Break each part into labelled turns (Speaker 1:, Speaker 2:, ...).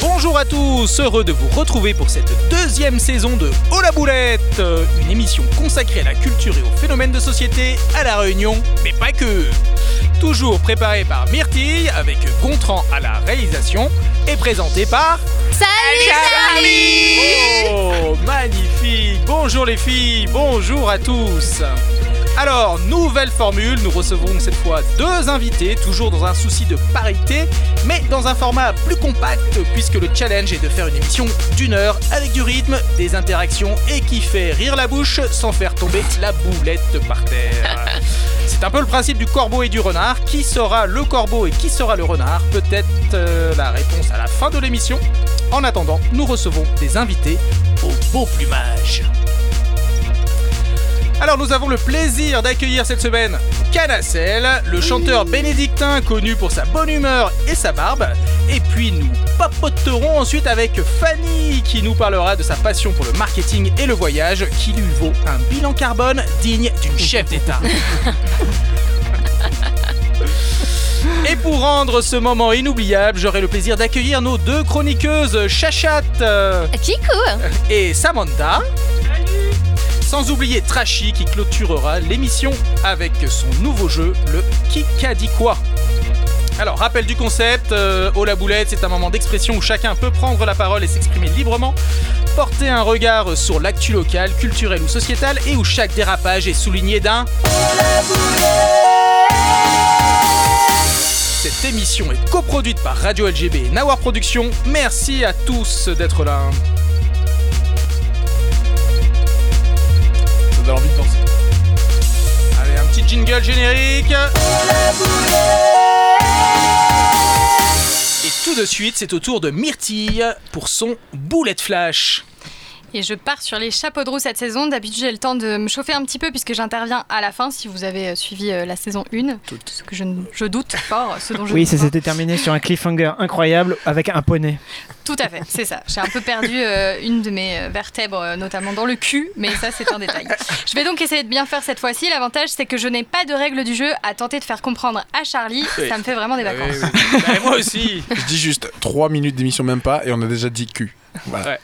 Speaker 1: Bonjour à tous, heureux de vous retrouver pour cette deuxième saison de Oh la boulette, euh, une émission consacrée à la culture et aux phénomènes de société à La Réunion, mais pas que. Toujours préparée par Myrtille, avec Gontran à la réalisation, et présentée par Charlie Oh, magnifique Bonjour les filles, bonjour à tous alors, nouvelle formule, nous recevrons cette fois deux invités, toujours dans un souci de parité, mais dans un format plus compact, puisque le challenge est de faire une émission d'une heure avec du rythme, des interactions et qui fait rire la bouche sans faire tomber la boulette par terre. C'est un peu le principe du corbeau et du renard. Qui sera le corbeau et qui sera le renard Peut-être euh, la réponse à la fin de l'émission. En attendant, nous recevons des invités au beau plumage. Alors nous avons le plaisir d'accueillir cette semaine Canacel, le chanteur bénédictin connu pour sa bonne humeur et sa barbe. Et puis nous papoterons ensuite avec Fanny qui nous parlera de sa passion pour le marketing et le voyage qui lui vaut un bilan carbone digne d'une chef d'État. Et pour rendre ce moment inoubliable, j'aurai le plaisir d'accueillir nos deux chroniqueuses, Chachat euh,
Speaker 2: Kikou
Speaker 1: et Samantha. Sans oublier Trashy qui clôturera l'émission avec son nouveau jeu, le Qui qu'a dit quoi. Alors, rappel du concept, euh, Oh la boulette, c'est un moment d'expression où chacun peut prendre la parole et s'exprimer librement, porter un regard sur l'actu locale, culturelle ou sociétale et où chaque dérapage est souligné d'un Cette émission est coproduite par Radio LGB et Nawar Productions. Merci à tous d'être là.
Speaker 3: Ça donne envie de danser.
Speaker 1: Allez, un petit jingle générique. Et tout de suite, c'est au tour de Myrtille pour son Bullet Flash.
Speaker 2: Et je pars sur les chapeaux de roue cette saison. D'habitude, j'ai le temps de me chauffer un petit peu puisque j'interviens à la fin si vous avez euh, suivi euh, la saison 1. Ce que je, ne- je doute fort, ce dont je
Speaker 4: Oui,
Speaker 2: doute
Speaker 4: ça
Speaker 2: fort.
Speaker 4: s'était terminé sur un cliffhanger incroyable avec un poney.
Speaker 2: Tout à fait, c'est ça. J'ai un peu perdu euh, une de mes euh, vertèbres, euh, notamment dans le cul, mais ça, c'est un détail. Je vais donc essayer de bien faire cette fois-ci. L'avantage, c'est que je n'ai pas de règles du jeu à tenter de faire comprendre à Charlie.
Speaker 1: Oui.
Speaker 2: Ça me fait vraiment des vacances.
Speaker 1: Bah, moi aussi.
Speaker 3: Je dis juste 3 minutes d'émission, même pas, et on a déjà dit cul. Voilà.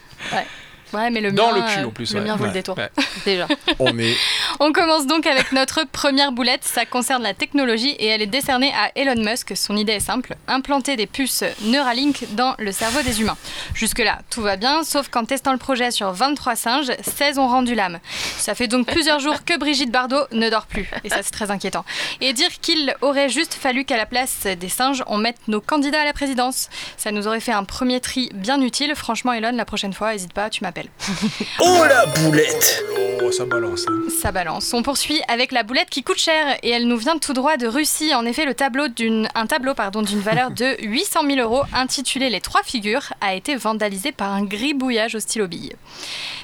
Speaker 2: Ouais, mais le
Speaker 1: Dans
Speaker 2: mien,
Speaker 1: le cul,
Speaker 2: euh,
Speaker 1: en plus,
Speaker 2: Le
Speaker 1: ouais.
Speaker 2: mien vaut le
Speaker 3: Ouais.
Speaker 2: détour.
Speaker 1: Ouais.
Speaker 2: Déjà.
Speaker 3: On est.
Speaker 2: On commence donc avec notre première boulette. Ça concerne la technologie et elle est décernée à Elon Musk. Son idée est simple implanter des puces Neuralink dans le cerveau des humains. Jusque-là, tout va bien, sauf qu'en testant le projet sur 23 singes, 16 ont rendu l'âme. Ça fait donc plusieurs jours que Brigitte Bardot ne dort plus. Et ça, c'est très inquiétant. Et dire qu'il aurait juste fallu qu'à la place des singes, on mette nos candidats à la présidence. Ça nous aurait fait un premier tri bien utile. Franchement, Elon, la prochaine fois, hésite pas, tu m'appelles.
Speaker 5: Oh la boulette
Speaker 3: Oh, ça balance.
Speaker 1: hein.
Speaker 2: Ça balance. On poursuit avec la boulette qui coûte cher et elle nous vient tout droit de Russie. En effet, le tableau d'une, un tableau pardon d'une valeur de 800 000 euros intitulé Les Trois Figures a été vandalisé par un gribouillage au stylo bille.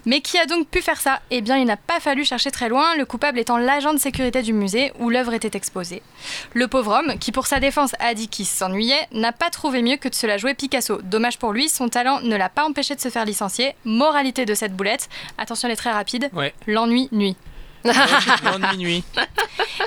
Speaker 2: Mais qui a donc pu faire ça Eh bien, il n'a pas fallu chercher très loin, le coupable étant l'agent de sécurité du musée où l'œuvre était exposée. Le pauvre homme, qui pour sa défense a dit qu'il s'ennuyait, n'a pas trouvé mieux que de se la jouer Picasso. Dommage pour lui, son talent ne l'a pas empêché de se faire licencier. Moralité de cette boulette, attention elle est très rapide,
Speaker 1: Ouais.
Speaker 2: l'ennui nuit.
Speaker 1: Bonne minuit.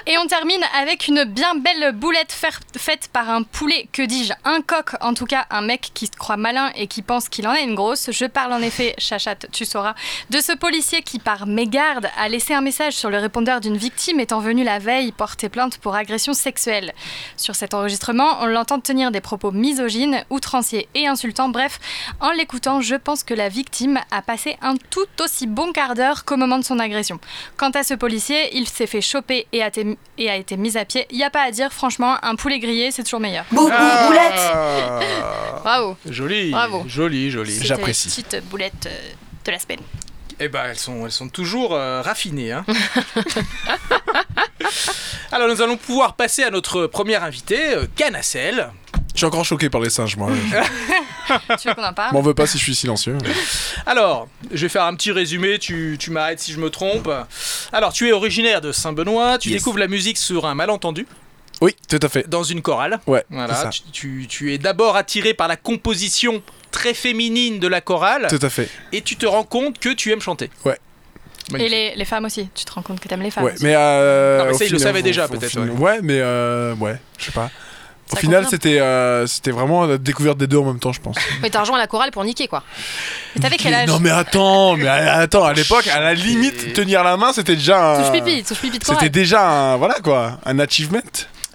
Speaker 2: Et on termine avec une bien belle boulette fer- faite par un poulet, que dis-je, un coq, en tout cas un mec qui se croit malin et qui pense qu'il en a une grosse. Je parle en effet, chachate, tu sauras, de ce policier qui, par mégarde, a laissé un message sur le répondeur d'une victime étant venu la veille porter plainte pour agression sexuelle. Sur cet enregistrement, on l'entend tenir des propos misogynes, outranciers et insultants. Bref, en l'écoutant, je pense que la victime a passé un tout aussi bon quart d'heure qu'au moment de son agression. Quant à ce policier, il s'est fait choper et a, été- et a été mis à pied. Il n'y a pas à dire, franchement, un poulet grillé, c'est toujours meilleur.
Speaker 3: Ah.
Speaker 2: Bravo.
Speaker 1: Ah. Joli.
Speaker 2: Bravo.
Speaker 1: Joli, joli.
Speaker 2: C'était
Speaker 3: j'apprécie.
Speaker 2: une Petite boulette euh, de la semaine.
Speaker 1: Eh ben, elles sont, elles sont toujours euh, raffinées. hein. Alors, nous allons pouvoir passer à notre premier invité, euh, Canacel.
Speaker 3: Je suis encore choqué par les singes, moi. Je
Speaker 2: Tu veux qu'on en
Speaker 6: Ah
Speaker 2: parle
Speaker 3: m'en veux pas si je suis silencieux.
Speaker 1: Alors, je vais faire un petit résumé, tu, tu m'arrêtes si je me trompe. Alors, tu es originaire de Saint-Benoît, tu
Speaker 3: Yes.
Speaker 1: découvres la musique sur un malentendu,
Speaker 3: Oui, tout à fait.
Speaker 1: dans une chorale.
Speaker 3: Ouais, c'est
Speaker 1: Voilà,
Speaker 3: ça.
Speaker 1: tu, tu- tu es d'abord attiré par la composition très féminine de la chorale
Speaker 3: Tout à fait.
Speaker 1: et tu te rends compte que tu aimes chanter.
Speaker 3: Ouais.
Speaker 2: Et
Speaker 1: Magnifique.
Speaker 2: les, les femmes aussi, tu te rends compte que t'aimes les femmes.
Speaker 3: Ouais,
Speaker 2: aussi.
Speaker 3: mais euh,
Speaker 1: Non, mais
Speaker 3: au
Speaker 1: ça, il le
Speaker 3: final,
Speaker 1: savait
Speaker 3: au-
Speaker 1: déjà,
Speaker 3: au
Speaker 1: peut-être,
Speaker 3: final- Ouais, mais euh, ouais, je sais pas. Au
Speaker 2: Ça
Speaker 3: final,
Speaker 2: confirme.
Speaker 3: c'était euh, c'était vraiment la découverte des deux en même temps, je pense.
Speaker 6: Mais t'as rejoint la chorale pour niquer, quoi.
Speaker 2: Mais T'avais quel âge
Speaker 3: non mais attends, mais euh, attends, à l'époque, à la limite, tenir la main, c'était déjà un...
Speaker 6: Touche pipi, touche pipi de
Speaker 3: euh, C'était
Speaker 6: chorale.
Speaker 3: déjà un, voilà quoi, un achievement.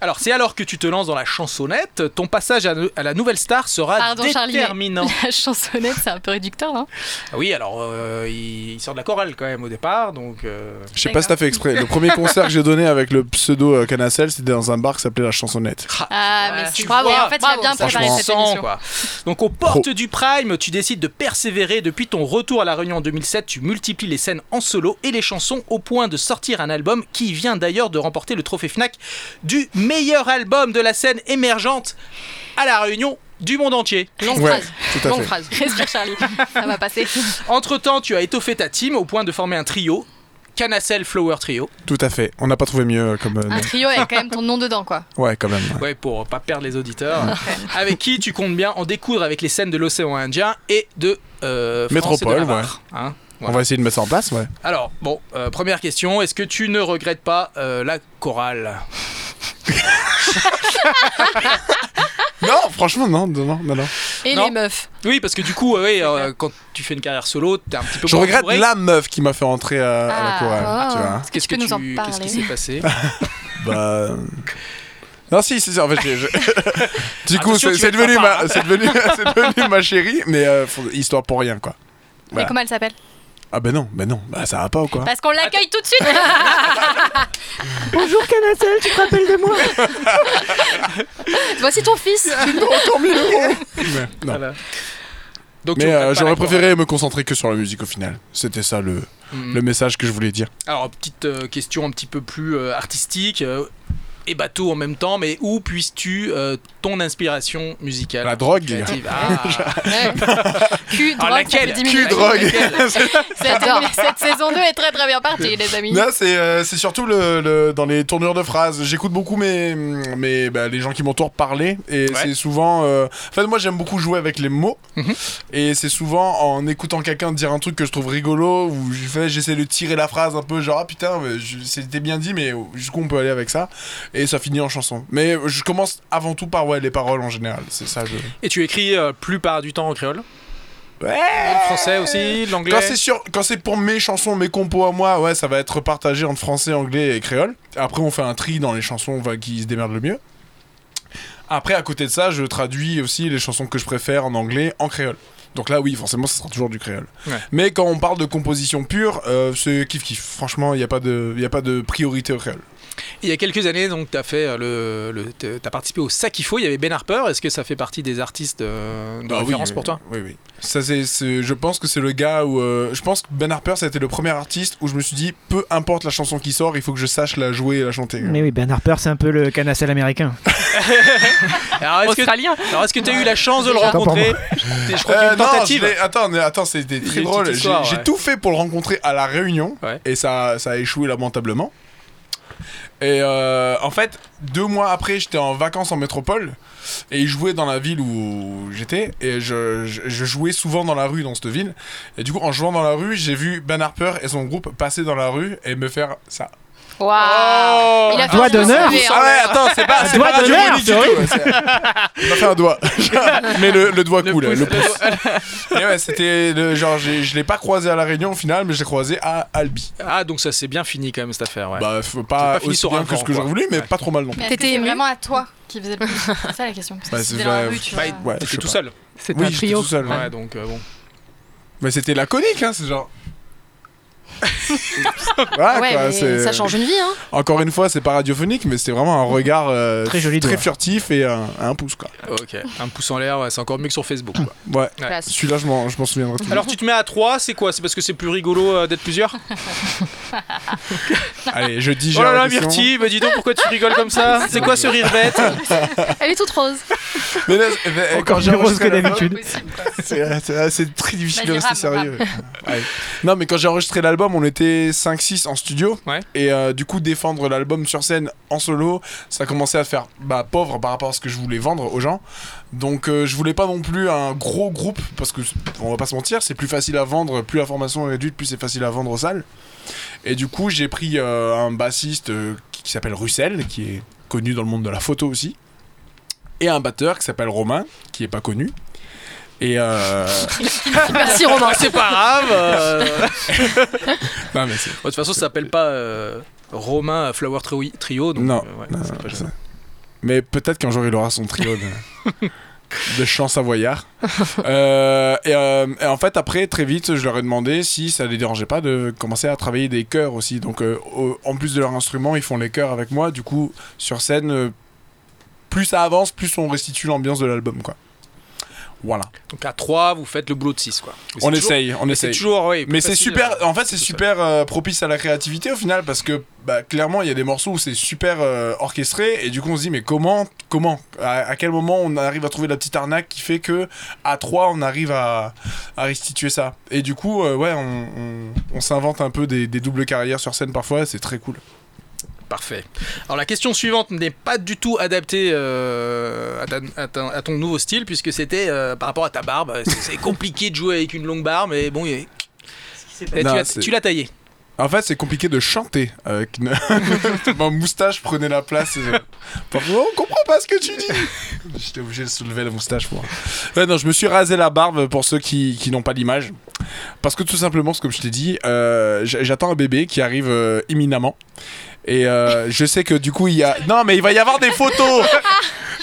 Speaker 1: Alors, c'est alors que tu te lances dans la chansonnette, ton passage à, à la nouvelle star sera
Speaker 2: Pardon, Charlie, mais-
Speaker 1: déterminant.
Speaker 2: La chansonnette, c'est un peu réducteur, hein.
Speaker 1: Ah oui, alors euh, il, il sort de la chorale quand même au départ, donc. euh,
Speaker 3: Je sais pas si t'as fait exprès. Le premier concert que j'ai donné avec le pseudo euh, Canacel, c'était dans un bar qui s'appelait La Chansonnette.
Speaker 2: Ah,
Speaker 1: voilà,
Speaker 2: mais c'est
Speaker 1: tu
Speaker 2: bravo.
Speaker 1: vois,
Speaker 2: Et en fait, il a
Speaker 6: bravo,
Speaker 2: bien
Speaker 1: Ça, je
Speaker 2: préparé
Speaker 3: franchement.
Speaker 2: cette
Speaker 1: sens,
Speaker 2: émission.
Speaker 1: quoi. Donc aux portes du Prime, tu décides de persévérer. Depuis ton retour à La Réunion en 2007, tu multiplies les scènes en solo et les chansons au point de sortir un album qui vient d'ailleurs de remporter le trophée Fnac du meilleur album de la scène émergente à La Réunion du monde entier.
Speaker 6: Longue
Speaker 3: Ouais,
Speaker 6: phrase.
Speaker 3: tout à
Speaker 6: Longue
Speaker 3: fait.
Speaker 6: phrase.
Speaker 2: Respire, Charlie. Ça va passer.
Speaker 1: Entre-temps, tu as étoffé ta team au point de former un trio. Canacel Flower Trio.
Speaker 3: Tout à fait. On n'a pas trouvé mieux euh, comme euh, nom.
Speaker 2: Un trio avec quand même ton nom dedans, quoi.
Speaker 3: Ouais, quand même. ouais.
Speaker 1: Ouais, pour pas perdre les auditeurs. avec qui tu comptes bien en découdre avec les scènes de l'océan Indien et de euh, France et de
Speaker 3: Métropole,
Speaker 1: Navarre, hein.
Speaker 3: On va essayer de mettre ça en place, ouais.
Speaker 1: Alors, bon, euh, première question, est-ce que tu ne regrettes pas euh, la chorale
Speaker 3: Non, franchement, non, non, non, non.
Speaker 6: Et
Speaker 1: Non.
Speaker 6: les meufs.
Speaker 1: Oui, parce que du coup, euh, oui, euh, quand tu fais une carrière solo, t'es un petit peu
Speaker 3: Je
Speaker 1: moins
Speaker 3: regrette
Speaker 1: entouré.
Speaker 3: la meuf qui m'a fait entrer euh, à,
Speaker 2: Ah,
Speaker 3: la chorale, tu vois. hein.
Speaker 1: Qu'est-ce
Speaker 2: Tu
Speaker 1: que
Speaker 2: peux nous en
Speaker 1: tu- Qu'est-ce
Speaker 2: parler.
Speaker 1: qui s'est passé
Speaker 3: Bah. euh, Non, si, c'est ça. En fait, j'ai- je- du coup,
Speaker 1: Attention,
Speaker 3: c'est
Speaker 1: tu
Speaker 3: c'est
Speaker 1: vas être
Speaker 3: devenu,
Speaker 1: papa, hein.
Speaker 3: ma... c'est devenu... c'est devenu ma chérie, mais euh, faut- histoire pour rien, quoi.
Speaker 2: Et
Speaker 3: Voilà.
Speaker 2: comment elle s'appelle
Speaker 3: Ah, ben non, ben non, bah ça va pas ou quoi
Speaker 2: Parce qu'on l'accueille tout de suite.
Speaker 4: Bonjour Canacel, tu te rappelles de moi
Speaker 6: Voici ton fils.
Speaker 3: oh. Ouais, non.
Speaker 1: Voilà. Donc, tu
Speaker 3: Mais euh,
Speaker 1: regrettes pas la
Speaker 3: j'aurais
Speaker 1: chorale.
Speaker 3: préféré me concentrer que sur la musique au final. C'était ça le,
Speaker 1: Mhm.
Speaker 3: le message que je voulais dire.
Speaker 1: Alors, petite euh, question un petit peu plus euh, artistique euh, et bateau en même temps, mais où puisses-tu euh, ton inspiration musicale
Speaker 3: La drogue, les gars.
Speaker 1: créative Ah,
Speaker 6: Ouais.
Speaker 2: Cul,
Speaker 1: Ah,
Speaker 2: drogue, ça
Speaker 1: laquelle
Speaker 2: fait 10 minutes.
Speaker 3: Cul, drogue.
Speaker 1: Laquelle
Speaker 2: Cette,
Speaker 6: J'adore.
Speaker 2: cette saison 2 est très très bien partie, les amis.
Speaker 3: Non, c'est euh, c'est surtout le, le- dans les tournures de phrases. J'écoute beaucoup mes, mes, bah, les gens qui m'entourent parler. Et
Speaker 1: Ouais.
Speaker 3: c'est souvent. euh, En fait, moi, j'aime beaucoup jouer avec les mots.
Speaker 1: Mhm.
Speaker 3: Et c'est souvent en écoutant quelqu'un dire un truc que je trouve rigolo, où je fais- j'essaie de tirer la phrase un peu, genre, ah putain, mais je- c'était bien dit, mais jusqu'où on peut aller avec ça. Et ça finit en chanson. Mais je commence avant tout par ouais, les paroles en général. C'est ça, je.
Speaker 1: Et tu écris euh, plus par du temps en créole
Speaker 3: Ouais!
Speaker 1: Le français aussi, l'anglais
Speaker 3: Euh, Quand c'est sur, quand c'est pour mes chansons, mes compos à moi, ouais, ça va être partagé entre français, anglais et créole. Après, on fait un tri dans les chansons enfin, qui se démerdent le mieux. Après, à côté de ça, je traduis aussi les chansons que je préfère en anglais en créole. Donc là, oui, forcément, ça sera toujours du créole.
Speaker 1: Ouais.
Speaker 3: Mais quand on parle de composition pure, euh, c'est kiff kiff. Franchement, il n'y a, pas de- y a pas de priorité au créole.
Speaker 1: Il y a quelques années, donc, tu as, fait, euh, le, le- t'as- t'as participé au Sac qu'il faut. Il y avait Ben Harper. Est-ce que ça fait partie des artistes euh, de
Speaker 3: Ah oui,
Speaker 1: référence
Speaker 3: oui,
Speaker 1: pour toi
Speaker 3: Oui, oui. Ça, c'est, c'est- je pense que c'est le gars où. euh, je pense que Ben Harper, ça a été le premier artiste où je me suis dit, peu importe la chanson qui sort, il faut que je sache la jouer et la chanter.
Speaker 1: Hmm.
Speaker 4: Mais oui, Ben Harper, c'est un peu le Canacel américain.
Speaker 1: Alors, est-ce que, alors, est-ce que tu as eu la chance de le
Speaker 4: Attends, pour
Speaker 1: rencontrer Je crois qu'il y a
Speaker 3: Euh,
Speaker 1: une
Speaker 3: non,
Speaker 1: tentative.
Speaker 3: je l'ai- attends, mais attends, c'était
Speaker 1: y a
Speaker 3: très
Speaker 1: une
Speaker 3: drôle.
Speaker 1: petite
Speaker 3: J'ai
Speaker 1: histoire,
Speaker 3: j'ai
Speaker 1: ouais.
Speaker 3: tout fait pour le rencontrer à la Réunion
Speaker 1: Ouais.
Speaker 3: et ça, ça a échoué lamentablement. Et euh, en fait, deux mois après, j'étais en vacances en métropole et il jouait dans la ville où j'étais et je, je- je jouais souvent dans la rue dans cette ville. Et du coup, en jouant dans la rue, j'ai vu Ben Harper et son groupe passer dans la rue et me faire ça.
Speaker 6: Waouh. Il a fait
Speaker 4: Doigt
Speaker 6: un silence
Speaker 4: d'honneur.
Speaker 6: muet, hein.
Speaker 3: Ah ouais, attends, c'est pas, c'est
Speaker 4: Doigt
Speaker 3: pas Radio
Speaker 4: d'honneur,
Speaker 3: Monique
Speaker 4: c'est
Speaker 3: du tout,
Speaker 4: horrible.
Speaker 3: ouais, c'est- On a fait un doigt. mais le, le doigt
Speaker 1: Le
Speaker 3: cool,
Speaker 1: pouce,
Speaker 3: le
Speaker 1: le
Speaker 3: pouce. Et Eh ouais, c'était le- genre, j'ai- je l'ai pas croisé à la Réunion au final, mais je l'ai croisé à Albi.
Speaker 1: Ah, donc ça s'est bien fini quand même cette affaire. Ouais.
Speaker 3: Bah, faut
Speaker 1: C'est
Speaker 3: pas,
Speaker 1: pas fini
Speaker 3: aussi
Speaker 1: sur un
Speaker 3: bien que ce
Speaker 1: camp,
Speaker 3: que j'aurais
Speaker 1: quoi.
Speaker 3: voulu, mais
Speaker 1: Ouais.
Speaker 3: pas trop mal non. plus.
Speaker 2: Mais est-ce que
Speaker 6: T'étais
Speaker 2: c'est
Speaker 6: émue
Speaker 2: vraiment à toi qui faisait le plus. C'est ça la question. Parce que
Speaker 3: Bah,
Speaker 2: si
Speaker 3: c'est
Speaker 2: t'es dans la
Speaker 3: vrai.
Speaker 2: rue, tu
Speaker 1: Bah,
Speaker 2: vas-
Speaker 3: Ouais, je
Speaker 1: T'étais
Speaker 3: sais
Speaker 1: tout
Speaker 3: pas.
Speaker 1: seul.
Speaker 7: C'est
Speaker 3: Oui,
Speaker 7: un
Speaker 3: j'étais
Speaker 7: trio.
Speaker 3: tout seul. ouais.
Speaker 1: Ouais, donc euh, bon.
Speaker 3: Mais c'était laconique, hein, c'est genre. voilà,
Speaker 6: Ouais,
Speaker 3: quoi,
Speaker 6: mais
Speaker 3: c'est-
Speaker 6: ça change une vie, hein.
Speaker 3: Encore une fois, c'est pas radiophonique, mais c'était vraiment un regard euh,
Speaker 4: Très joli
Speaker 3: très
Speaker 4: doigt.
Speaker 3: furtif et un, un pouce quoi.
Speaker 1: Ok. Un pouce en l'air, ouais, c'est encore mieux que sur Facebook. quoi.
Speaker 3: Ouais,
Speaker 1: Ouais.
Speaker 6: Classe.
Speaker 3: celui-là, je m'en je m'en souviendrai toujours.
Speaker 1: Alors, tu te mets à 3, c'est quoi C'est parce que c'est plus rigolo euh, d'être plusieurs
Speaker 3: Allez, je dis
Speaker 1: Oh là
Speaker 3: la
Speaker 1: là,
Speaker 3: question.
Speaker 1: Myrtille, bah dis donc pourquoi tu rigoles comme ça C'est quoi ce rire bête
Speaker 6: Elle est toute rose.
Speaker 3: Mais là, eh ben,
Speaker 4: Encore
Speaker 3: quand j'ai
Speaker 4: plus rose
Speaker 3: enregistré
Speaker 4: que
Speaker 3: la-
Speaker 4: d'habitude.
Speaker 3: C'est- C'est c'est très difficile de
Speaker 2: Vas-y,
Speaker 3: rester
Speaker 2: rame,
Speaker 3: sérieux. Ouais. Non, mais quand j'ai enregistré l'album, l'album, on était 5-6 en studio.
Speaker 1: Ouais.
Speaker 3: Et euh, du coup, défendre l'album sur scène en solo, ça commençait à faire bah, pauvre par rapport à ce que je voulais vendre aux gens. Donc, euh, je voulais pas non plus un gros groupe, parce que on va pas se mentir, c'est plus facile à vendre, plus la formation est réduite, plus c'est facile à vendre aux salles. Et du coup, j'ai pris euh, un bassiste euh, qui, qui s'appelle Russell, qui est connu dans le monde de la photo aussi, et un batteur qui s'appelle Romain, qui est pas connu. Et euh...
Speaker 6: Merci Romain.
Speaker 1: Ah, c'est pas grave. euh.
Speaker 3: non, mais c'est-
Speaker 1: De toute façon, ça s'appelle pas euh, Romain Flower Trio- Trio. Donc,
Speaker 3: Non,
Speaker 1: euh, ouais,
Speaker 3: non,
Speaker 1: c'est pas
Speaker 3: ça-
Speaker 1: grave.
Speaker 3: Mais peut-être qu'un jour il aura son trio de, de chant savoyard. Euh, et, euh, et en fait, après, très vite, je leur ai demandé si ça les dérangeait pas de commencer à travailler des chœurs aussi. Donc, euh, au- en plus de leur instrument, ils font les chœurs avec moi. Du coup, sur scène, euh, plus ça avance, plus on restitue l'ambiance de l'album. quoi. Voilà.
Speaker 1: Donc à 3, vous faites le boulot de 6. Quoi. Mais
Speaker 3: On
Speaker 1: c'est toujours-
Speaker 3: essaye, on
Speaker 1: mais
Speaker 3: essaye.
Speaker 1: C'est toujours, ouais, plus
Speaker 3: Mais c'est
Speaker 1: facile,
Speaker 3: super,
Speaker 1: euh,
Speaker 3: en fait, c'est
Speaker 1: tout
Speaker 3: super euh, propice à la créativité au final parce que bah, clairement, il y a des morceaux où c'est super euh, orchestré et du coup, on se dit, mais comment, comment, à, à quel moment on arrive à trouver la petite arnaque qui fait que à 3 on arrive à, à restituer ça. Et du coup, euh, ouais, on, on- on s'invente un peu des, des doubles carrières sur scène parfois, c'est très cool.
Speaker 1: Parfait. Alors la question suivante n'est pas du tout adaptée euh, à, ta- à ton- à ton nouveau style puisque c'était euh, par rapport à ta barbe. C'est- C'est compliqué de jouer avec une longue barbe, mais bon, il- Eh, tu
Speaker 3: Non,
Speaker 1: l'as-
Speaker 3: c'est-
Speaker 1: tu l'as taillé.
Speaker 3: En fait, c'est compliqué de chanter avec une... ma moustache prenait la place. euh, Parfois, on comprend pas ce que tu dis. J'étais obligé de soulever la moustache pour. Ouais, non, je me suis rasé la barbe pour ceux qui, qui n'ont pas l'image. Parce que tout simplement, comme je t'ai dit, euh, j- j'attends un bébé qui arrive euh, imminemment. Et euh, je sais que du coup, il y a. Non, mais il va y avoir des photos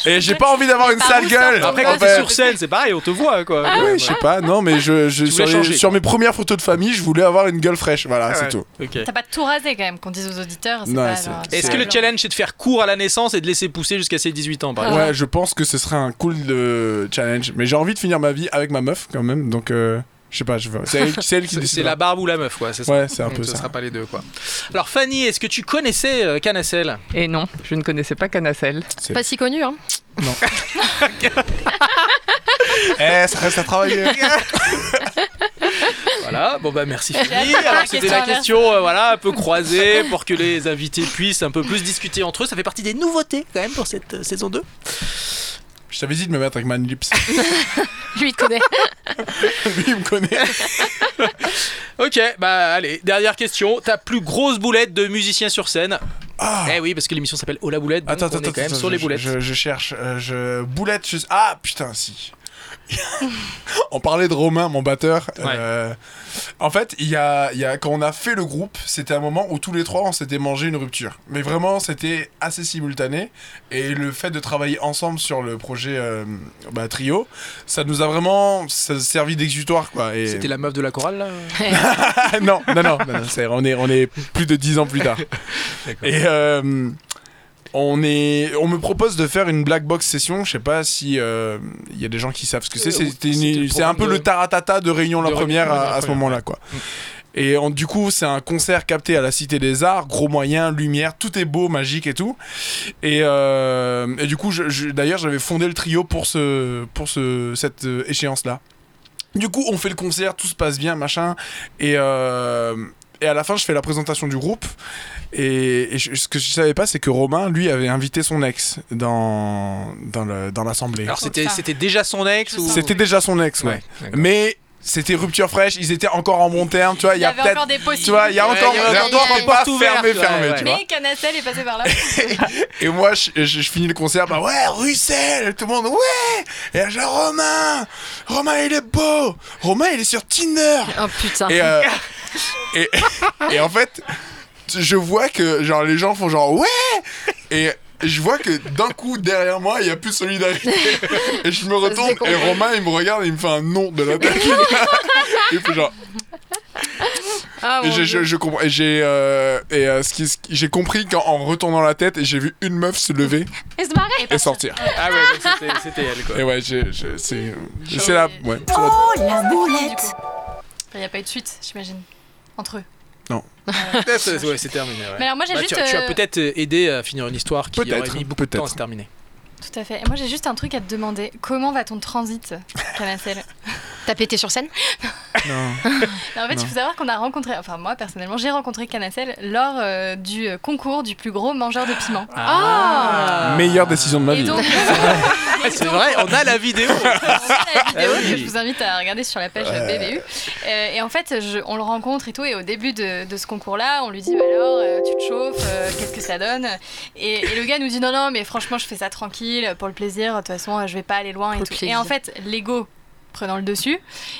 Speaker 3: Et Eh, j'ai pas envie d'avoir une
Speaker 6: Par
Speaker 3: sale
Speaker 6: où sort
Speaker 3: gueule
Speaker 6: ton
Speaker 1: Après
Speaker 6: Ouais,
Speaker 1: quand
Speaker 3: En
Speaker 1: t'es
Speaker 3: fait,
Speaker 1: sur scène, c'est pareil, on te voit quoi.
Speaker 3: ouais, je sais pas, non, mais je, je-
Speaker 1: Tu
Speaker 3: sur,
Speaker 1: voulais
Speaker 3: les-
Speaker 1: changer. Ah
Speaker 3: sur mes premières photos de famille, je voulais avoir une gueule fraîche. Voilà, c'est
Speaker 1: Ouais.
Speaker 3: tout.
Speaker 1: Ok.
Speaker 2: T'as pas tout rasé quand même, qu'on dise aux auditeurs. c'est
Speaker 3: Non,
Speaker 2: pas,
Speaker 3: c'est-
Speaker 2: genre,
Speaker 3: c'est- Ah.
Speaker 1: Est-ce que le challenge c'est de faire court à la naissance et de laisser pousser jusqu'à ses 18 ans par exemple
Speaker 3: Ouais, je pense que ce serait un cool euh, challenge. Mais j'ai envie de finir ma vie avec ma meuf quand même, donc euh, je sais pas, je veux- C'est elle, c'est elle qui
Speaker 1: C'est- C'est
Speaker 3: décide.
Speaker 1: la barbe ou la meuf quoi, c'est ça
Speaker 3: Ouais, c'est un
Speaker 1: Donc,
Speaker 3: peu
Speaker 1: ce
Speaker 3: ça.
Speaker 1: sera pas les deux quoi. Alors Fanny, est-ce que tu connaissais euh, Canacel
Speaker 7: Et non, je ne connaissais pas Canacel.
Speaker 6: Pas si connu, hein.
Speaker 3: Eh, ça reste à travailler.
Speaker 1: Voilà, bon bah merci
Speaker 2: J'ai
Speaker 1: Fanny.
Speaker 2: hâte de voir
Speaker 1: Alors
Speaker 2: la
Speaker 1: c'était
Speaker 2: question
Speaker 1: la
Speaker 2: inverse.
Speaker 1: question euh, voilà, un peu croisée pour que les invités puissent un peu plus discuter entre eux. Ça fait partie des nouveautés quand même pour cette euh, saison 2.
Speaker 3: je t'avais dit de me mettre avec Manlips.
Speaker 6: Lui, il te connaît.
Speaker 3: Lui, il me connaît.
Speaker 1: Ok, bah allez, dernière question. Ta plus grosse boulette de musicien sur scène
Speaker 3: Ah.
Speaker 1: Eh oui, parce que l'émission s'appelle Oh la boulette. donc
Speaker 3: Attends,
Speaker 1: on
Speaker 3: attends,
Speaker 1: est quand
Speaker 3: attends.
Speaker 1: même sur
Speaker 3: je-
Speaker 1: les boulettes.
Speaker 3: Je, je cherche. euh, je... Boulette, je- Ah, putain, si. on parlait de Romain, mon batteur. Euh, en fait, il y a, il y a- quand on a fait le groupe, c'était un moment où tous les trois, on s'était mangé une rupture. Mais vraiment, c'était assez simultané. Et le fait de travailler ensemble sur le projet euh, bah, trio, ça nous a vraiment ça, servi d'exutoire. quoi. Et-
Speaker 1: C'était la meuf de la chorale là
Speaker 3: ah, non, non, non, non, non, c'est- on, est, on est plus de 10 ans plus tard. Et euh, on, est, on me propose de faire une black box session. Je sais pas si euh, il y a des gens qui savent ce que c'est.
Speaker 1: Euh, oui,
Speaker 3: C'était une-
Speaker 1: c'était le
Speaker 3: C'est un peu
Speaker 1: programme de-
Speaker 3: le taratata de Réunion la
Speaker 1: de Réunion
Speaker 3: Première
Speaker 1: la
Speaker 3: à, à ce
Speaker 1: Première,
Speaker 3: moment-là. quoi. Mm. Et en- du coup, c'est un concert capté à la Cité des Arts, gros moyens, lumière, tout est beau, magique et tout. Et, euh, et du coup, je- je- d'ailleurs, j'avais fondé le trio pour, ce, pour ce, cette euh, échéance-là. Du coup, on fait le concert, tout se passe bien, machin. Et, euh, et à la fin, je fais la présentation du groupe. Et, et je- ce que je savais pas, c'est que Romain, lui, avait invité son ex dans, dans le- dans l'assemblée.
Speaker 1: Alors c'était
Speaker 2: ça.
Speaker 1: c'était déjà son ex ou
Speaker 3: C'était déjà son ex, ouais. Mais c'était rupture fraîche, ils étaient encore en bon terme, tu vois. Il
Speaker 2: Il
Speaker 3: y
Speaker 2: y
Speaker 3: a
Speaker 2: avait
Speaker 3: peut-être.
Speaker 2: encore des possibilités.
Speaker 3: Tu vois, il y a
Speaker 1: Ouais,
Speaker 3: encore,
Speaker 1: il y avait
Speaker 3: il y a
Speaker 6: encore
Speaker 3: encore
Speaker 6: des
Speaker 3: des pas
Speaker 1: portes
Speaker 3: fermées,
Speaker 1: ouvertes,
Speaker 3: fermées,
Speaker 1: ouais,
Speaker 3: tu
Speaker 1: ouais.
Speaker 3: vois.
Speaker 2: Mais Canacel est passé par là.
Speaker 3: Et moi, je, je- je finis le concert, bah ouais, Russell, tout le monde, ouais Et là, je dis, Romain Romain, il est beau Romain, il est sur Tinder
Speaker 6: Oh putain.
Speaker 3: et, euh, et, et en fait, je vois que genre les gens font genre ouais et je vois que d'un coup derrière moi il y a plus de solidarité et je me retourne et
Speaker 6: décomprime.
Speaker 3: Romain il me regarde et il me fait un non de la tête et puis genre
Speaker 6: Ah,
Speaker 3: et
Speaker 6: mon
Speaker 3: j'ai-
Speaker 6: Dieu.
Speaker 3: je, je comprends et j'ai euh, et euh, ce qui ce qui- j'ai compris qu'en en retournant la tête et j'ai vu une meuf se lever
Speaker 6: Et se barrer.
Speaker 3: et sortir
Speaker 1: Ah ouais, donc c'était- c'était elle quoi.
Speaker 3: et ouais j'ai- j'ai- c'est c'est la ouais c'est la-
Speaker 4: Oh,
Speaker 2: Il n'y a pas eu de suite, j'imagine. Entre eux.
Speaker 1: Peut-être, euh, ouais, c'est terminé. ouais.
Speaker 2: Mais alors moi j'ai
Speaker 1: Bah,
Speaker 2: juste.
Speaker 1: tu, tu as
Speaker 2: euh,
Speaker 1: peut-être aidé à finir une histoire qui aurait
Speaker 3: Peut-être,
Speaker 1: mis beaucoup de temps à
Speaker 3: peut-être.
Speaker 1: se terminer.
Speaker 2: Tout à fait. Et moi j'ai juste un truc à te demander. Comment va ton transit, Canacel
Speaker 6: T'as pété sur scène
Speaker 4: Non.
Speaker 2: Non, en fait,
Speaker 4: Non.
Speaker 2: il faut savoir qu'on a rencontré, enfin moi personnellement, j'ai rencontré Canacel lors euh, du euh, concours du plus gros mangeur de piment.
Speaker 6: Ah.
Speaker 3: Meilleure décision de ma
Speaker 2: et
Speaker 3: vie.
Speaker 2: donc,
Speaker 1: C'est vrai, on a la vidéo.
Speaker 2: la vidéo
Speaker 1: Ah oui.
Speaker 2: que je vous invite à regarder sur la page BBU. Euh, et en fait, je- on le rencontre et tout. Et au début de, de ce concours-là, on lui dit bah alors, euh, tu te chauffes, euh, qu'est-ce que ça donne et, et le gars nous dit non, non, mais franchement, je fais ça tranquille, pour le plaisir. De toute façon, je vais pas aller loin et
Speaker 6: Pour le
Speaker 2: tout. Et
Speaker 6: plaisir.
Speaker 2: en fait, l'ego prenant le dessus,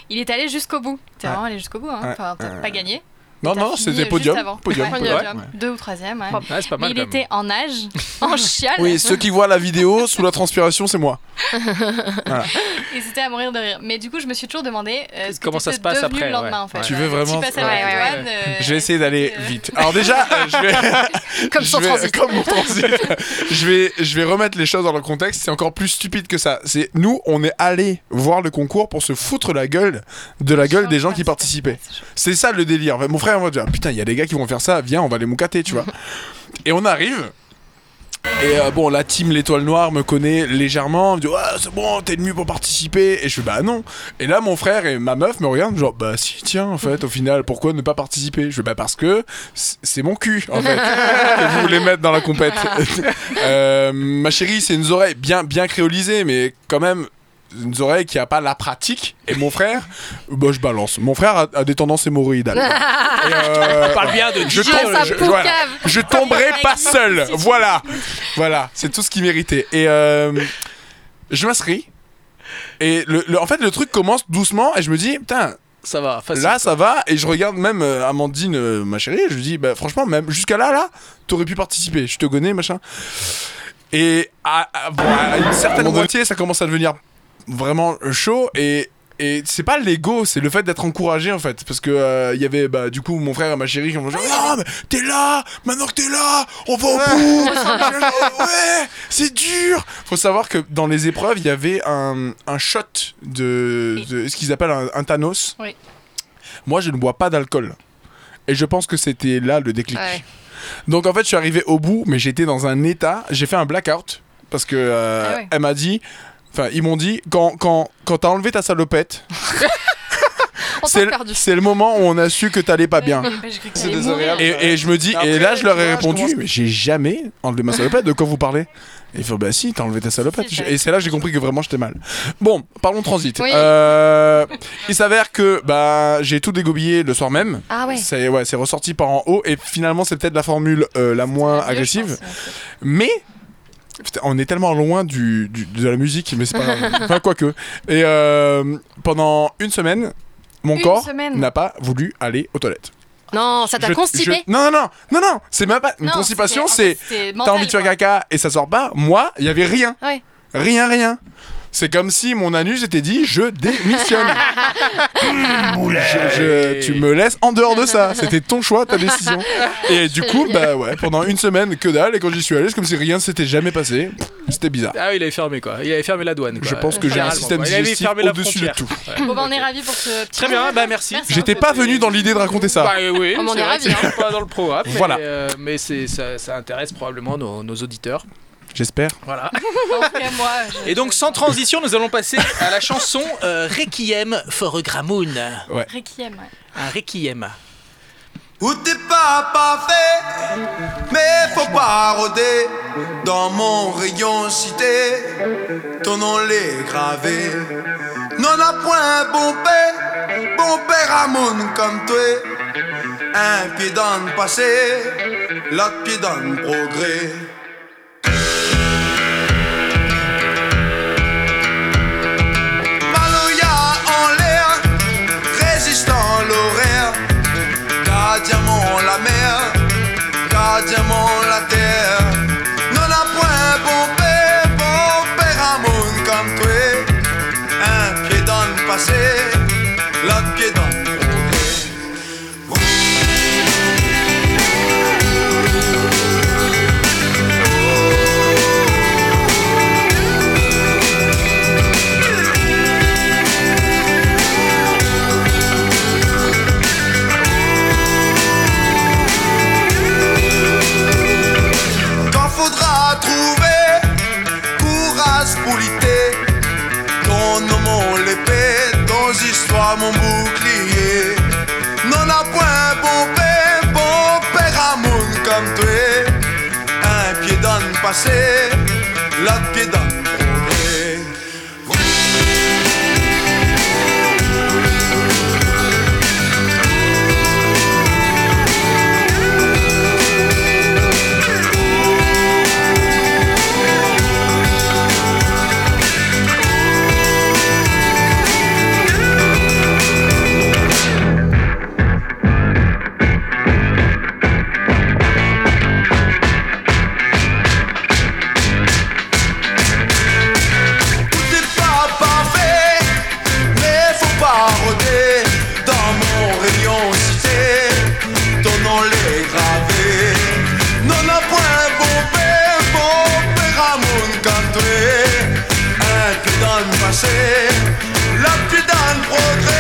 Speaker 2: il est allé jusqu'au bout. T'es
Speaker 3: Ouais.
Speaker 2: vraiment allé jusqu'au bout, hein.
Speaker 3: Ouais.
Speaker 2: Enfin, t'as pas gagné.
Speaker 3: Non,
Speaker 2: T'as
Speaker 3: non,
Speaker 2: fini
Speaker 3: c'était
Speaker 2: juste
Speaker 3: podium.
Speaker 2: avant.
Speaker 3: Podium,
Speaker 2: Ouais,
Speaker 3: podium.
Speaker 2: podium. Deux ou troisième. ouais.
Speaker 7: Ouais, c'est pas
Speaker 2: Mais
Speaker 7: mal.
Speaker 2: il
Speaker 7: quand même.
Speaker 2: était en nage, en chiale,
Speaker 3: Oui, ceux qui voient la vidéo sous la transpiration, c'est moi.
Speaker 2: et c'était à mourir de rire. Mais du coup, je me suis toujours demandé euh, ce que
Speaker 7: Comment ça
Speaker 2: t'étais
Speaker 7: se passe
Speaker 2: devenu
Speaker 7: après,
Speaker 2: le lendemain, en fait.
Speaker 7: ouais.
Speaker 3: Tu veux
Speaker 2: Voilà.
Speaker 3: vraiment-
Speaker 2: Petit passage
Speaker 7: Ouais,
Speaker 2: à la
Speaker 7: ouais,
Speaker 2: douane, euh,
Speaker 3: Je vais essayer d'aller
Speaker 2: euh,
Speaker 3: vite. Alors déjà, euh, je vais,
Speaker 6: Comme
Speaker 3: je
Speaker 6: sans
Speaker 3: vais-
Speaker 6: transit.
Speaker 3: comme mon transit, je vais, je vais remettre les choses dans le contexte. C'est encore plus stupide que ça. C'est nous, on est allé voir le concours pour se foutre la gueule de la gueule des gens qui participaient. C'est ça le délire. Enfin, Mon frère, on va dire ah, putain, il y a des gars qui vont faire ça. Viens, on va les moucater, tu vois. Et on arrive. Et euh, bon, la team l'étoile noire me connaît légèrement. Me dit ouais, c'est bon, t'es le mieux pour participer. Et je fais bah non. Et là, mon frère et ma meuf me regardent genre bah si, tiens, en fait, au final, pourquoi ne pas participer Je fais bah parce que c'est c'est mon cul en fait que vous voulez mettre dans la compète. Euh, ma chérie, c'est une oreille bien bien créolisée, mais quand même une oreille qui a pas la pratique. Et mon frère, bah je balance. Mon frère a, a des tendances hémorroïdales. Et, euh,
Speaker 7: Parle bien de
Speaker 3: je,
Speaker 7: Dijon,
Speaker 3: tombe-
Speaker 7: là,
Speaker 6: sa
Speaker 3: je-
Speaker 6: poucave.
Speaker 3: voilà. Je tomberai pas seul. Voilà. Voilà. C'est tout ce qu'il méritait. Et euh, je m'inscris. Et le, le- en fait, le truc commence doucement. Et je me dis, putain,
Speaker 7: Ça va, facile.
Speaker 3: là, ça va. Et je regarde même euh, Amandine, euh, ma chérie. et Je lui dis, bah, franchement, même jusqu'à là, là, t'aurais pu participer. Je te connais, machin. Et à, à- bon, à une certaine moitié, ça commence à devenir vraiment chaud. Et. Et c'est pas l'ego, c'est le fait d'être encouragé en fait. Parce que euh, il y avait bah, du coup mon frère et ma chérie qui ont genre Non, Ah, mais t'es là Maintenant que t'es là On va au bout Je suis là, genre, Ouais C'est dur Faut savoir que dans les épreuves, il y avait un, un shot de, de ce qu'ils appellent un, un Thanos.
Speaker 2: Oui.
Speaker 3: Moi, je ne bois pas d'alcool. Et je pense que c'était là le déclic.
Speaker 6: Ouais.
Speaker 3: Donc en fait, je suis arrivé au bout, mais j'étais dans un état. J'ai fait un blackout parce que euh,
Speaker 2: Ah ouais.
Speaker 3: elle m'a dit, enfin ils m'ont dit quand quand quand t'as enlevé ta salopette,
Speaker 6: On
Speaker 3: c'est
Speaker 6: s'est
Speaker 3: le-
Speaker 6: perdu.
Speaker 3: c'est le moment où on a su que t'allais pas bien.
Speaker 2: bah, j'ai cru que
Speaker 7: C'est
Speaker 2: t'allais
Speaker 7: désagréable.
Speaker 2: mourir.
Speaker 3: Et, et je me dis,
Speaker 7: Après,
Speaker 3: et là je leur
Speaker 7: tu
Speaker 3: ai
Speaker 7: vois, je
Speaker 3: répondu,
Speaker 7: commence-
Speaker 3: mais j'ai jamais enlevé ma salopette, de quoi vous parlez Et ils font, bah si, t'as enlevé ta salopette.
Speaker 2: Si, ça-
Speaker 3: Et c'est là que j'ai compris que vraiment j'étais mal. Bon, parlons transit.
Speaker 6: Oui.
Speaker 3: Euh, il s'avère que bah, j'ai tout dégobillé le soir même.
Speaker 6: Ah ouais.
Speaker 3: C'est ouais, c'est ressorti par en haut, et finalement c'est peut-être la formule euh, la moins
Speaker 2: Mieux, je
Speaker 3: agressive.
Speaker 2: pense, ouais.
Speaker 3: Mais putain, on est tellement loin du, du- de la musique, mais c'est pas grave. enfin, quoique. Et euh, pendant une semaine, mon
Speaker 2: Une
Speaker 3: corps
Speaker 2: semaine.
Speaker 3: n'a pas voulu aller aux toilettes.
Speaker 6: Non, ça t'a
Speaker 3: Je-
Speaker 6: constipé.
Speaker 3: je- Non, non, non, non, non, c'est même pas. Une
Speaker 2: Non,
Speaker 3: constipation,
Speaker 2: c'était- en
Speaker 3: c'est.
Speaker 2: fait, c'était
Speaker 3: T'as
Speaker 2: mental,
Speaker 3: envie de faire
Speaker 2: quoi.
Speaker 3: caca et ça sort pas. Moi, il y avait rien.
Speaker 6: Ah Ouais.
Speaker 3: Rien, rien. C'est comme si mon anus était dit je démissionne. Je- je- tu me laisses en dehors de ça. C'était ton choix, ta décision. Et du coup, bah ouais, pendant une semaine que dalle. Et quand j'y suis allé, c'est comme si rien s'était jamais passé. C'était bizarre.
Speaker 7: Ah, il avait fermé quoi. Il avait fermé la douane. quoi.
Speaker 3: Je pense
Speaker 1: euh,
Speaker 3: que j'ai un
Speaker 7: Littéralement,
Speaker 3: système
Speaker 7: quoi. Il avait
Speaker 3: digestif
Speaker 7: fermé la
Speaker 3: au-dessus de
Speaker 7: frontière.
Speaker 3: tout.
Speaker 7: Ouais.
Speaker 2: Bon, bah, on est
Speaker 7: Ok.
Speaker 2: ravis pour ce petit.
Speaker 7: Très bien, bah merci.
Speaker 2: Merci.
Speaker 3: J'étais pas venu dans l'idée de raconter
Speaker 7: Bah
Speaker 3: ça.
Speaker 7: oui,
Speaker 6: On en
Speaker 7: c'est
Speaker 6: est
Speaker 7: vrai
Speaker 6: ravis,
Speaker 7: que c'est pas dans le programme. mais,
Speaker 3: Voilà.
Speaker 7: euh, mais c'est ça, ça intéresse probablement nos, nos auditeurs.
Speaker 3: J'espère.
Speaker 7: Voilà.
Speaker 2: En tout cas, moi, je-
Speaker 1: Et donc, sans transition, nous allons passer à la chanson euh, Requiem for a Gramoun.
Speaker 2: Requiem, ouais.
Speaker 1: Un Requiem.
Speaker 8: Où t'es pas parfait, mais faut pas rôder dans mon rayon cité. Ton nom l'est gravé. Non à point bon père, bon père à moun comme toi. Un pied dans le passé, l'autre pied dans le progrès. Maloya en l'air, résistant l'horaire. Gardiamant la mer, gardiamant la terre. Non a point bon père, bon père à monde comme toi. Un pied dans le passé, l'autre pied dans le progrès. Quand faudra trouver courage pour lutter, ton nom mon l'épée, ton histoire mon bouclier. passé, la pied dans le progrès. Tout n'est pas parfait, mais faut pas rôder dans mon rayon cité. Ton nom l'est gravé. Non, non, point bombé, bombé, Ramon Cantré. Un pied dans le passé, l'autre pied dans le progrès.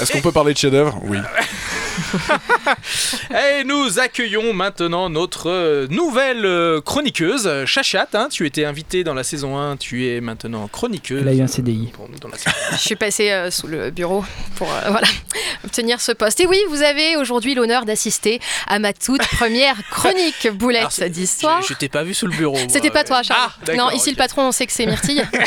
Speaker 3: Est-ce qu'on peut parler de chef-d'œuvre Oui.
Speaker 1: Et nous accueillons maintenant notre euh, nouvelle euh, chroniqueuse, euh, Chachat. hein. tu étais invitée dans la saison 1, tu es maintenant chroniqueuse. euh,
Speaker 4: Elle a eu un CDI.
Speaker 1: Pour- dans la saison-
Speaker 6: Je suis passée euh, sous le bureau pour euh, voilà, obtenir ce poste. Et oui, vous avez aujourd'hui l'honneur d'assister à ma toute première chronique
Speaker 7: Alors,
Speaker 6: boulette
Speaker 7: c'est-
Speaker 6: d'histoire.
Speaker 7: Je, je t'ai pas vu sous le bureau. moi.
Speaker 6: C'était
Speaker 3: euh,
Speaker 6: pas toi, Charles.
Speaker 7: Ah, d'accord,
Speaker 6: non, ici
Speaker 7: ok.
Speaker 6: le patron, on sait que c'est Myrtille. donc euh,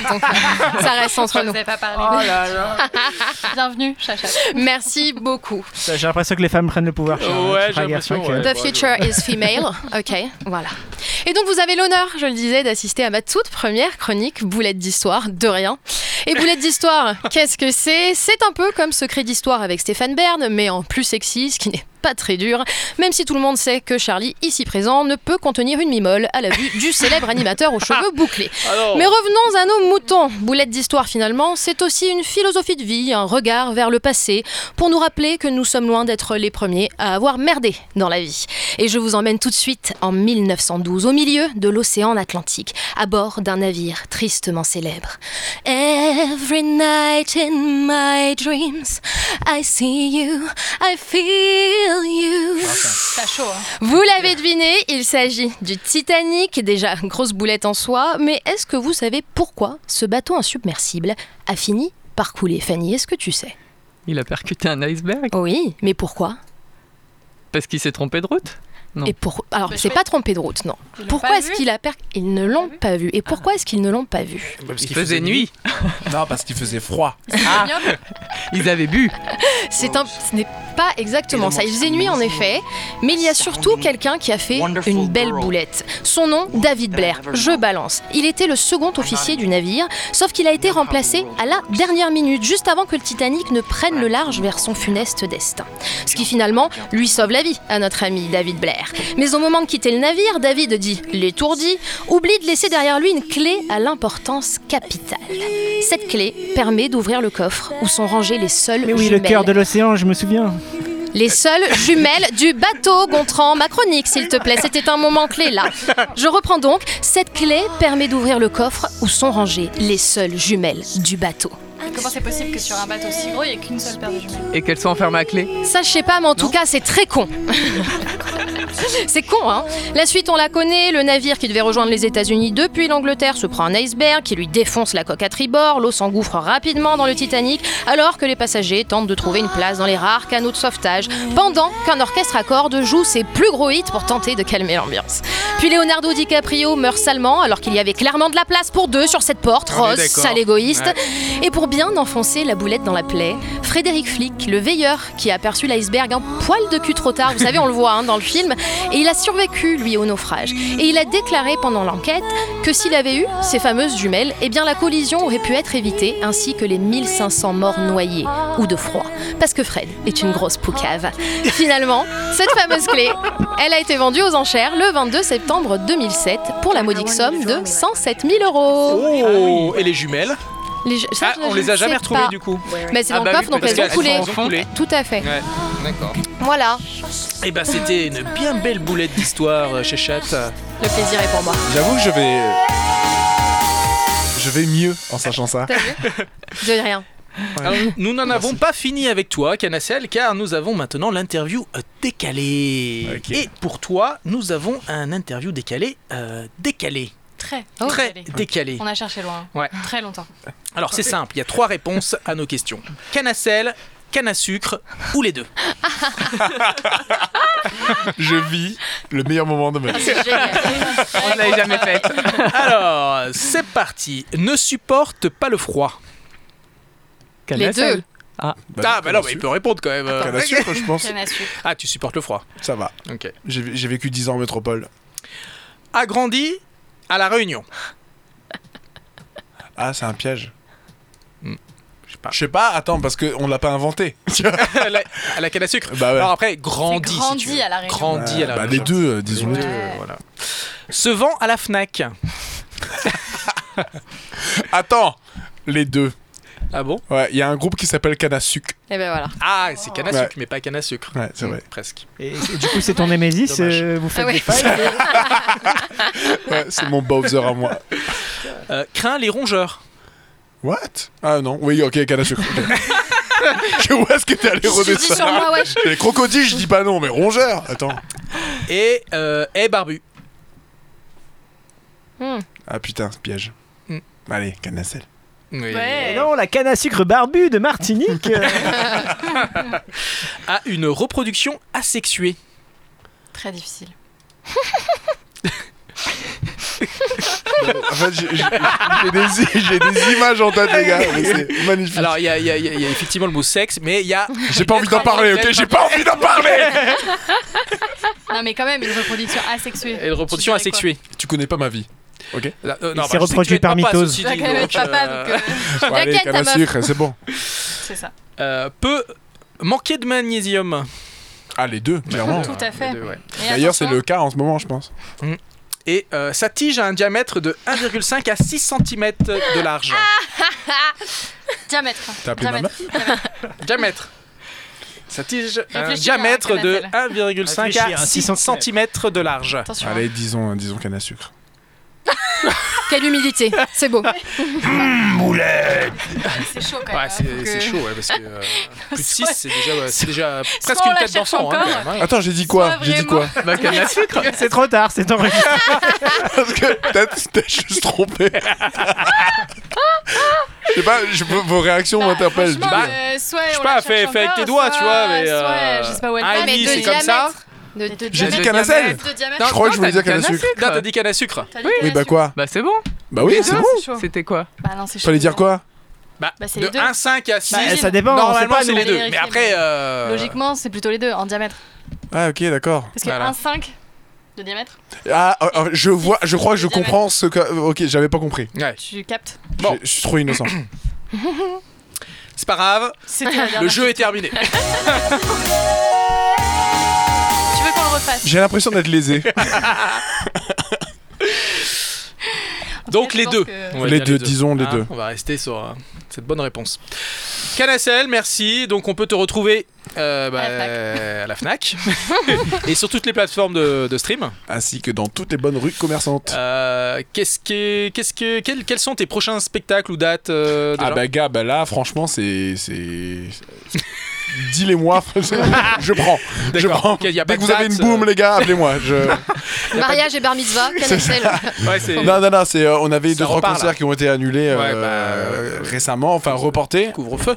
Speaker 6: ça reste
Speaker 2: Je
Speaker 6: entre
Speaker 2: vous
Speaker 6: nous.
Speaker 2: ai pas parlé.
Speaker 1: Oh là là.
Speaker 2: Bienvenue, Chacha.
Speaker 6: Merci beaucoup.
Speaker 4: J'ai l'impression que les femmes prennent le pouvoir. Charles.
Speaker 1: Ouais,
Speaker 4: Tu feras gaffe,
Speaker 1: j'ai l'impression,
Speaker 4: hein, que-
Speaker 1: ouais.
Speaker 6: The future is female. Ok, voilà. Et donc vous avez l'honneur, je le disais, d'assister à ma toute première chronique Boulette d'histoire, de rien. Et Boulette d'histoire, qu'est-ce que c'est C'est un peu comme Secret d'histoire avec Stéphane Bern, mais en plus sexy, ce qui n'est pas très dur, même si tout le monde sait que Charlie, ici présent, ne peut contenir une mimole à la vue du célèbre animateur aux cheveux bouclés.
Speaker 1: Alors,
Speaker 6: Mais revenons à nos moutons. Boulette d'histoire finalement, c'est aussi une philosophie de vie, un regard vers le passé, pour nous rappeler que nous sommes loin d'être les premiers à avoir merdé dans la vie. Et je vous emmène tout de suite en 1912, au milieu de l'océan Atlantique, à bord d'un navire tristement célèbre. Every night in my dreams, I see you, I feel you.
Speaker 2: T'as chaud. hein.
Speaker 6: Vous l'avez deviné, il s'agit du Titanic, déjà grosse boulette en soi, mais est-ce que vous savez pourquoi ce bateau insubmersible a fini par couler Fanny, est-ce que tu sais
Speaker 9: Il a percuté un iceberg
Speaker 6: Oui, mais pourquoi
Speaker 9: parce qu'il s'est trompé de route. Non.
Speaker 6: Et pour... Alors,
Speaker 2: Mais je
Speaker 6: c'est
Speaker 2: sais-
Speaker 6: pas trompé de route, non.
Speaker 2: Ils l'ont
Speaker 6: Pourquoi
Speaker 2: pas
Speaker 6: est-ce
Speaker 2: vu.
Speaker 6: qu'il a per... Ils ne l'ont pas vu. Et
Speaker 2: Ah.
Speaker 6: pourquoi est-ce qu'ils ne l'ont pas vu
Speaker 9: Il faisait nuit.
Speaker 3: Non, parce qu'il faisait froid.
Speaker 2: C'est
Speaker 6: Ah.
Speaker 2: ignoble.
Speaker 9: Ils avaient bu.
Speaker 6: C'est un... Ce n'est pas exactement ça. Il faisait nuit, en effet, mais il y a surtout quelqu'un qui a fait une belle boulette. Son nom, David Blair. Je balance. Il était le second officier du navire, sauf qu'il a été remplacé à la dernière minute, juste avant que le Titanic ne prenne le large vers son funeste destin. Ce qui finalement lui sauve la vie à notre ami David Blair. Mais au moment de quitter le navire, David dit, l'étourdi, oublie de laisser derrière lui une clé à l'importance capitale. Cette clé permet d'ouvrir le coffre où sont rangées les seules
Speaker 4: Mais oui, le
Speaker 6: jumelles
Speaker 4: cœur de l'océan, je me souviens.
Speaker 6: les seules jumelles du bateau, Gontran. Ma chronique, s'il te plaît, c'était un moment clé là. Je reprends donc. Cette clé permet d'ouvrir le coffre où sont rangées les seules jumelles du bateau.
Speaker 2: Comment c'est possible que sur un bateau si gros, il n'y ait qu'une seule paire de jumelles
Speaker 9: Et qu'elles sont enfermées à clé.
Speaker 6: Ça, je sais pas, mais en tout cas, c'est très con. c'est con, hein La suite, on la connaît. Le navire qui devait rejoindre les États-Unis depuis l'Angleterre se prend un iceberg qui lui défonce la coque à tribord. L'eau s'engouffre rapidement dans le Titanic, alors que les passagers tentent de trouver une place dans les rares canaux de sauvetage, pendant qu'un orchestre à cordes joue ses plus gros hits pour tenter de calmer l'ambiance. Puis Leonardo DiCaprio meurt salement, alors qu'il y avait clairement de la place pour deux sur cette porte.
Speaker 7: On est
Speaker 6: Rose,
Speaker 7: d'accord.
Speaker 6: sale égoïste. Et pour bien enfoncer la boulette dans la plaie, Frédéric Flick, le veilleur qui a aperçu l'iceberg un poil de cul trop tard, vous savez, on le voit hein, dans le film, et il a survécu, lui, au naufrage. Et il a déclaré pendant l'enquête que s'il avait eu ces fameuses jumelles, eh bien la collision aurait pu être évitée, ainsi que les 1500 morts noyés ou de froid. Parce que Fred est une grosse poucave. Finalement, cette fameuse clé, elle a été vendue aux enchères le 22 septembre 2007 pour la modique somme de 107 000 euros.
Speaker 1: Oh, et les jumelles
Speaker 6: Les je-
Speaker 1: Ah,
Speaker 6: ça, je-
Speaker 1: on
Speaker 6: je
Speaker 1: les a
Speaker 6: ne
Speaker 1: jamais
Speaker 6: sais
Speaker 1: retrouvées
Speaker 6: pas.
Speaker 1: du coup.
Speaker 6: Mais c'est
Speaker 7: Ah
Speaker 6: dans
Speaker 7: bah
Speaker 6: le
Speaker 7: oui,
Speaker 6: coffre, donc
Speaker 7: parce
Speaker 6: elles ont
Speaker 7: qu'elles
Speaker 6: coulé.
Speaker 7: sont en fond.
Speaker 6: Tout à fait.
Speaker 1: Ouais, d'accord.
Speaker 6: Voilà,
Speaker 1: Et bah, c'était une bien belle boulette d'histoire, euh, Chachat. euh,
Speaker 6: le plaisir est pour moi.
Speaker 3: J'avoue que je vais. Je vais mieux en sachant ça.
Speaker 1: Ah.
Speaker 6: T'as vu Je dis rien.
Speaker 1: Alors, nous n'en avons pas fini avec toi, Canacel, car nous avons maintenant l'interview euh, décalée.
Speaker 3: Ok.
Speaker 1: Et pour toi, nous avons un interview décalé, euh, décalé,
Speaker 2: Très,
Speaker 1: très
Speaker 2: décalé.
Speaker 1: décalé.
Speaker 2: On a cherché loin.
Speaker 1: Ouais.
Speaker 2: Très longtemps.
Speaker 1: Alors c'est simple, il y a trois réponses à nos questions. Canne à sel, canne à sucre ou les deux
Speaker 3: Je vis le meilleur moment de ma vie.
Speaker 6: Ah, C'est génial.
Speaker 9: On ne l'avait jamais faite.
Speaker 1: Alors, c'est parti. Ne supporte pas le froid.
Speaker 6: Les deux.
Speaker 1: ah, bah non, mais il peut répondre quand même.
Speaker 3: T'as
Speaker 1: euh.
Speaker 3: la sucre, je pense.
Speaker 2: Canne à sucre.
Speaker 1: Ah, tu supportes le froid.
Speaker 3: Ça va.
Speaker 1: Ok.
Speaker 3: J'ai j'ai vécu 10 ans en métropole.
Speaker 1: Agrandi à La Réunion.
Speaker 3: Ah, c'est un piège.
Speaker 1: Hmm. Je sais pas.
Speaker 3: Je sais pas, attends, parce qu'on l'a pas inventé. Tu vois
Speaker 1: à, la, à la canne à sucre.
Speaker 3: Bah ouais.
Speaker 1: Alors après, grandi.
Speaker 2: C'est
Speaker 1: si
Speaker 2: grandi
Speaker 1: tu veux.
Speaker 2: à La Réunion.
Speaker 1: Grandi à la
Speaker 3: bah, les
Speaker 1: Réunion.
Speaker 3: deux, euh, disons les
Speaker 2: Ouais.
Speaker 3: deux.
Speaker 1: Euh, voilà. Se vend à la Fnac.
Speaker 3: Attends Les deux.
Speaker 1: Ah bon
Speaker 3: Ouais, il y a un groupe qui s'appelle Canasuc.
Speaker 6: Et ben voilà.
Speaker 1: Ah, c'est canne à sucre,
Speaker 3: Ouais.
Speaker 1: mais pas canne à sucre.
Speaker 3: Ouais, c'est vrai.
Speaker 1: Presque.
Speaker 4: Et, et du coup, c'est ton Némésis,
Speaker 1: Dommage.
Speaker 4: euh, vous faites
Speaker 6: Ah ouais.
Speaker 4: des failles.
Speaker 3: Ouais, c'est mon Bowser à moi.
Speaker 1: Euh, craint les rongeurs.
Speaker 3: What Ah non, oui, ok, Canasuc. Où est-ce que t'es allé
Speaker 6: Je suis dit
Speaker 3: redescendre
Speaker 6: sur moi, wesh.
Speaker 3: Les crocodiles, je dis pas non, mais rongeurs Attends.
Speaker 1: Et, euh, et barbu.
Speaker 3: Ah putain, ce piège.
Speaker 1: Hmm.
Speaker 3: Allez, Canacel.
Speaker 1: Oui.
Speaker 2: Ouais.
Speaker 4: Non, la canne à sucre barbue de Martinique. euh.
Speaker 1: à une reproduction asexuée.
Speaker 2: Très difficile.
Speaker 3: En fait, j'ai- j'ai j'ai des, j'ai des images en tête, les gars. mais C'est magnifique.
Speaker 1: Alors, il y, a- il y a- il y a- il y a effectivement le mot sexe, mais il y a.
Speaker 3: J'ai pas envie d'en parler, ok J'ai pas envie d'en parler
Speaker 2: Non, mais quand même, une reproduction asexuée.
Speaker 1: Et une reproduction
Speaker 2: Tu dirais quoi
Speaker 1: asexuée.
Speaker 3: Tu connais pas ma vie.
Speaker 1: Euh, euh,
Speaker 4: s'est
Speaker 1: bah, je sais que
Speaker 4: reproduit
Speaker 1: tu es
Speaker 4: par
Speaker 1: papa,
Speaker 4: mitose.
Speaker 1: ceci
Speaker 2: Tu vas
Speaker 1: dit,
Speaker 2: quand même
Speaker 1: donc,
Speaker 2: être papa,
Speaker 1: euh,
Speaker 2: donc euh,
Speaker 3: Bon,
Speaker 6: Laquelle, ta
Speaker 3: canne à
Speaker 6: meuf
Speaker 3: sucre, c'est bon.
Speaker 2: c'est ça.
Speaker 1: euh, peut manquer de magnésium. Bah,
Speaker 3: Ah, les deux, clairement.
Speaker 2: Tout à fait.
Speaker 1: Les deux, ouais.
Speaker 2: Et
Speaker 3: D'ailleurs, c'est
Speaker 2: attention,
Speaker 3: le cas en ce moment, je pense.
Speaker 1: Et euh, sa tige a un diamètre de 1,5 à 6 cm de large.
Speaker 2: Ah Diamètre.
Speaker 3: T'as appelé ma
Speaker 2: Diamètre.
Speaker 1: diamètre. Sa tige a un
Speaker 2: Réfléchis bien,
Speaker 1: diamètre de
Speaker 2: Canacelle.
Speaker 1: 1,5
Speaker 4: Réfléchis hein,
Speaker 1: à
Speaker 4: à
Speaker 1: 6
Speaker 4: 6
Speaker 1: cm de large.
Speaker 2: Attention. hein.
Speaker 3: Allez, disons, disons canne à sucre.
Speaker 6: Quelle humilité. C'est
Speaker 1: Bah,
Speaker 6: beau.
Speaker 2: C'est chaud quand même.
Speaker 1: Ouais,
Speaker 2: hein,
Speaker 1: c'est
Speaker 2: faut
Speaker 1: c'est
Speaker 2: que-
Speaker 1: chaud, ouais, parce que euh, plus de 6, c'est déjà, c'est déjà presque
Speaker 2: on
Speaker 1: une
Speaker 2: la
Speaker 1: tête
Speaker 2: cherche
Speaker 1: d'enfant. hein,
Speaker 2: encore.
Speaker 1: quand même, hein.
Speaker 3: Attends, j'ai dit
Speaker 2: Soit
Speaker 3: quoi J'ai dit quoi
Speaker 2: vraiment-
Speaker 9: Bah, canne à sucre.
Speaker 4: c'est trop tard, c'est enregistré.
Speaker 3: Parce que peut-être t'es juste trompé. Je sais pas, je- vos vos réactions
Speaker 2: Bah,
Speaker 3: m'interpellent.
Speaker 2: franchement,
Speaker 3: Bah,
Speaker 2: euh, soit on
Speaker 1: Je sais
Speaker 2: la
Speaker 1: pas,
Speaker 2: cherche
Speaker 1: fais, fais avec
Speaker 2: encore,
Speaker 1: tes doigts, tu
Speaker 2: soit-
Speaker 1: vois, mais. euh,
Speaker 2: soit, je sais pas où elle
Speaker 1: un
Speaker 2: est.
Speaker 1: et
Speaker 6: mais
Speaker 1: demi,
Speaker 6: de
Speaker 1: c'est comme ça.
Speaker 6: diamètre. De-
Speaker 2: Les deux
Speaker 3: J'ai dit
Speaker 2: diamètres.
Speaker 3: canne à sel
Speaker 2: Les deux diamètres.
Speaker 3: Je crois que je voulais dire canne à sucre.
Speaker 1: Non, t'as dit canne à sucre.
Speaker 2: T'as dit
Speaker 3: Oui,
Speaker 2: canne à
Speaker 3: bah
Speaker 2: sucre.
Speaker 3: quoi
Speaker 9: Bah, c'est bon.
Speaker 3: Bah oui,
Speaker 2: Les
Speaker 3: c'est
Speaker 2: deux,
Speaker 3: bon
Speaker 2: chaud.
Speaker 9: C'était quoi
Speaker 2: Bah non, c'est chaud.
Speaker 3: Fallait dire quoi
Speaker 1: Bah,
Speaker 2: Bah, c'est
Speaker 1: de
Speaker 2: les deux.
Speaker 1: 1,5 à 6.
Speaker 2: Bah,
Speaker 4: ça dépend. on sait
Speaker 1: Normalement,
Speaker 4: pas,
Speaker 1: c'est
Speaker 4: nous.
Speaker 1: les deux.
Speaker 2: Vérifier,
Speaker 1: Mais après.
Speaker 2: mais
Speaker 1: euh,
Speaker 2: Logiquement, c'est plutôt les deux en diamètre.
Speaker 3: Ah, ok, d'accord.
Speaker 2: Parce que
Speaker 1: Voilà.
Speaker 2: 1,5 de diamètre,
Speaker 3: Ah, ah, ah, je vois, je crois que je comprends ce que. Ok, j'avais pas compris.
Speaker 1: ouais.
Speaker 2: tu captes.
Speaker 1: Bon.
Speaker 3: Je- Je suis trop innocent.
Speaker 1: C'est pas grave,
Speaker 2: C'était la
Speaker 1: le
Speaker 2: dernière.
Speaker 1: jeu est terminé.
Speaker 2: Tu veux qu'on le refasse
Speaker 3: J'ai l'impression d'être lésé.
Speaker 1: Donc
Speaker 2: je
Speaker 1: les
Speaker 2: pense
Speaker 1: deux.
Speaker 2: que-
Speaker 1: On va
Speaker 3: Les
Speaker 1: dire
Speaker 3: deux, disons les
Speaker 1: Hein,
Speaker 3: deux.
Speaker 1: On va rester sur euh, cette bonne réponse. Canacel, merci. Donc on peut te retrouver euh, bah,
Speaker 2: À la
Speaker 1: à la FNAC et sur toutes les plateformes de, de stream.
Speaker 3: Ainsi que dans toutes les bonnes rues commerçantes.
Speaker 1: Euh, qu'est-ce que, qu'est-ce que, quels, quels sont tes prochains spectacles ou dates euh,
Speaker 3: Ah
Speaker 1: déjà
Speaker 3: bah gars, bah là franchement c'est... c'est... Dis-les-moi, je prends. Je
Speaker 1: D'accord.
Speaker 3: prends.
Speaker 1: Ok, y a
Speaker 3: Dès
Speaker 1: pas
Speaker 3: que
Speaker 1: de
Speaker 3: vous avez une
Speaker 1: date,
Speaker 3: boum
Speaker 1: euh.
Speaker 3: les gars, appelez-moi. Je...
Speaker 6: Mariage et bar mitzvah. Canne à sel.
Speaker 1: Ouais, c'est-
Speaker 3: non, non, non, c'est, euh, on avait
Speaker 1: Ça
Speaker 3: deux, trois
Speaker 1: repart,
Speaker 3: concerts
Speaker 1: là.
Speaker 3: qui ont été annulés euh,
Speaker 1: Ouais, bah, euh,
Speaker 3: récemment, enfin reportés.
Speaker 1: couvre-feu.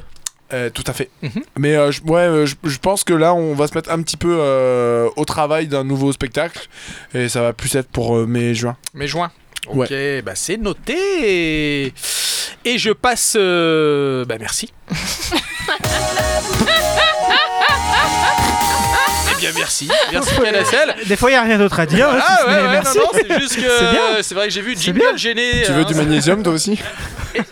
Speaker 3: Euh, tout à fait.
Speaker 1: Mhm.
Speaker 3: Mais euh, je, ouais, euh, je, je pense que là, on va se mettre un petit peu euh, au travail d'un nouveau spectacle. Et ça va plus être pour euh, mai-juin.
Speaker 1: Mais juin. Ok, bah c'est noté. Et je passe. euh, bah merci. eh bien merci, merci Canacel.
Speaker 4: Des fois, il n'y a rien d'autre à dire. hein, si
Speaker 1: Ah
Speaker 4: ce
Speaker 1: ouais,
Speaker 4: n'est
Speaker 1: ouais,
Speaker 4: merci.
Speaker 1: non, non, c'est juste
Speaker 4: C'est
Speaker 1: que
Speaker 4: bien.
Speaker 1: c'est vrai que j'ai vu
Speaker 4: C'est
Speaker 1: Jingle
Speaker 4: bien.
Speaker 1: gêné.
Speaker 3: tu veux du magnésium, toi aussi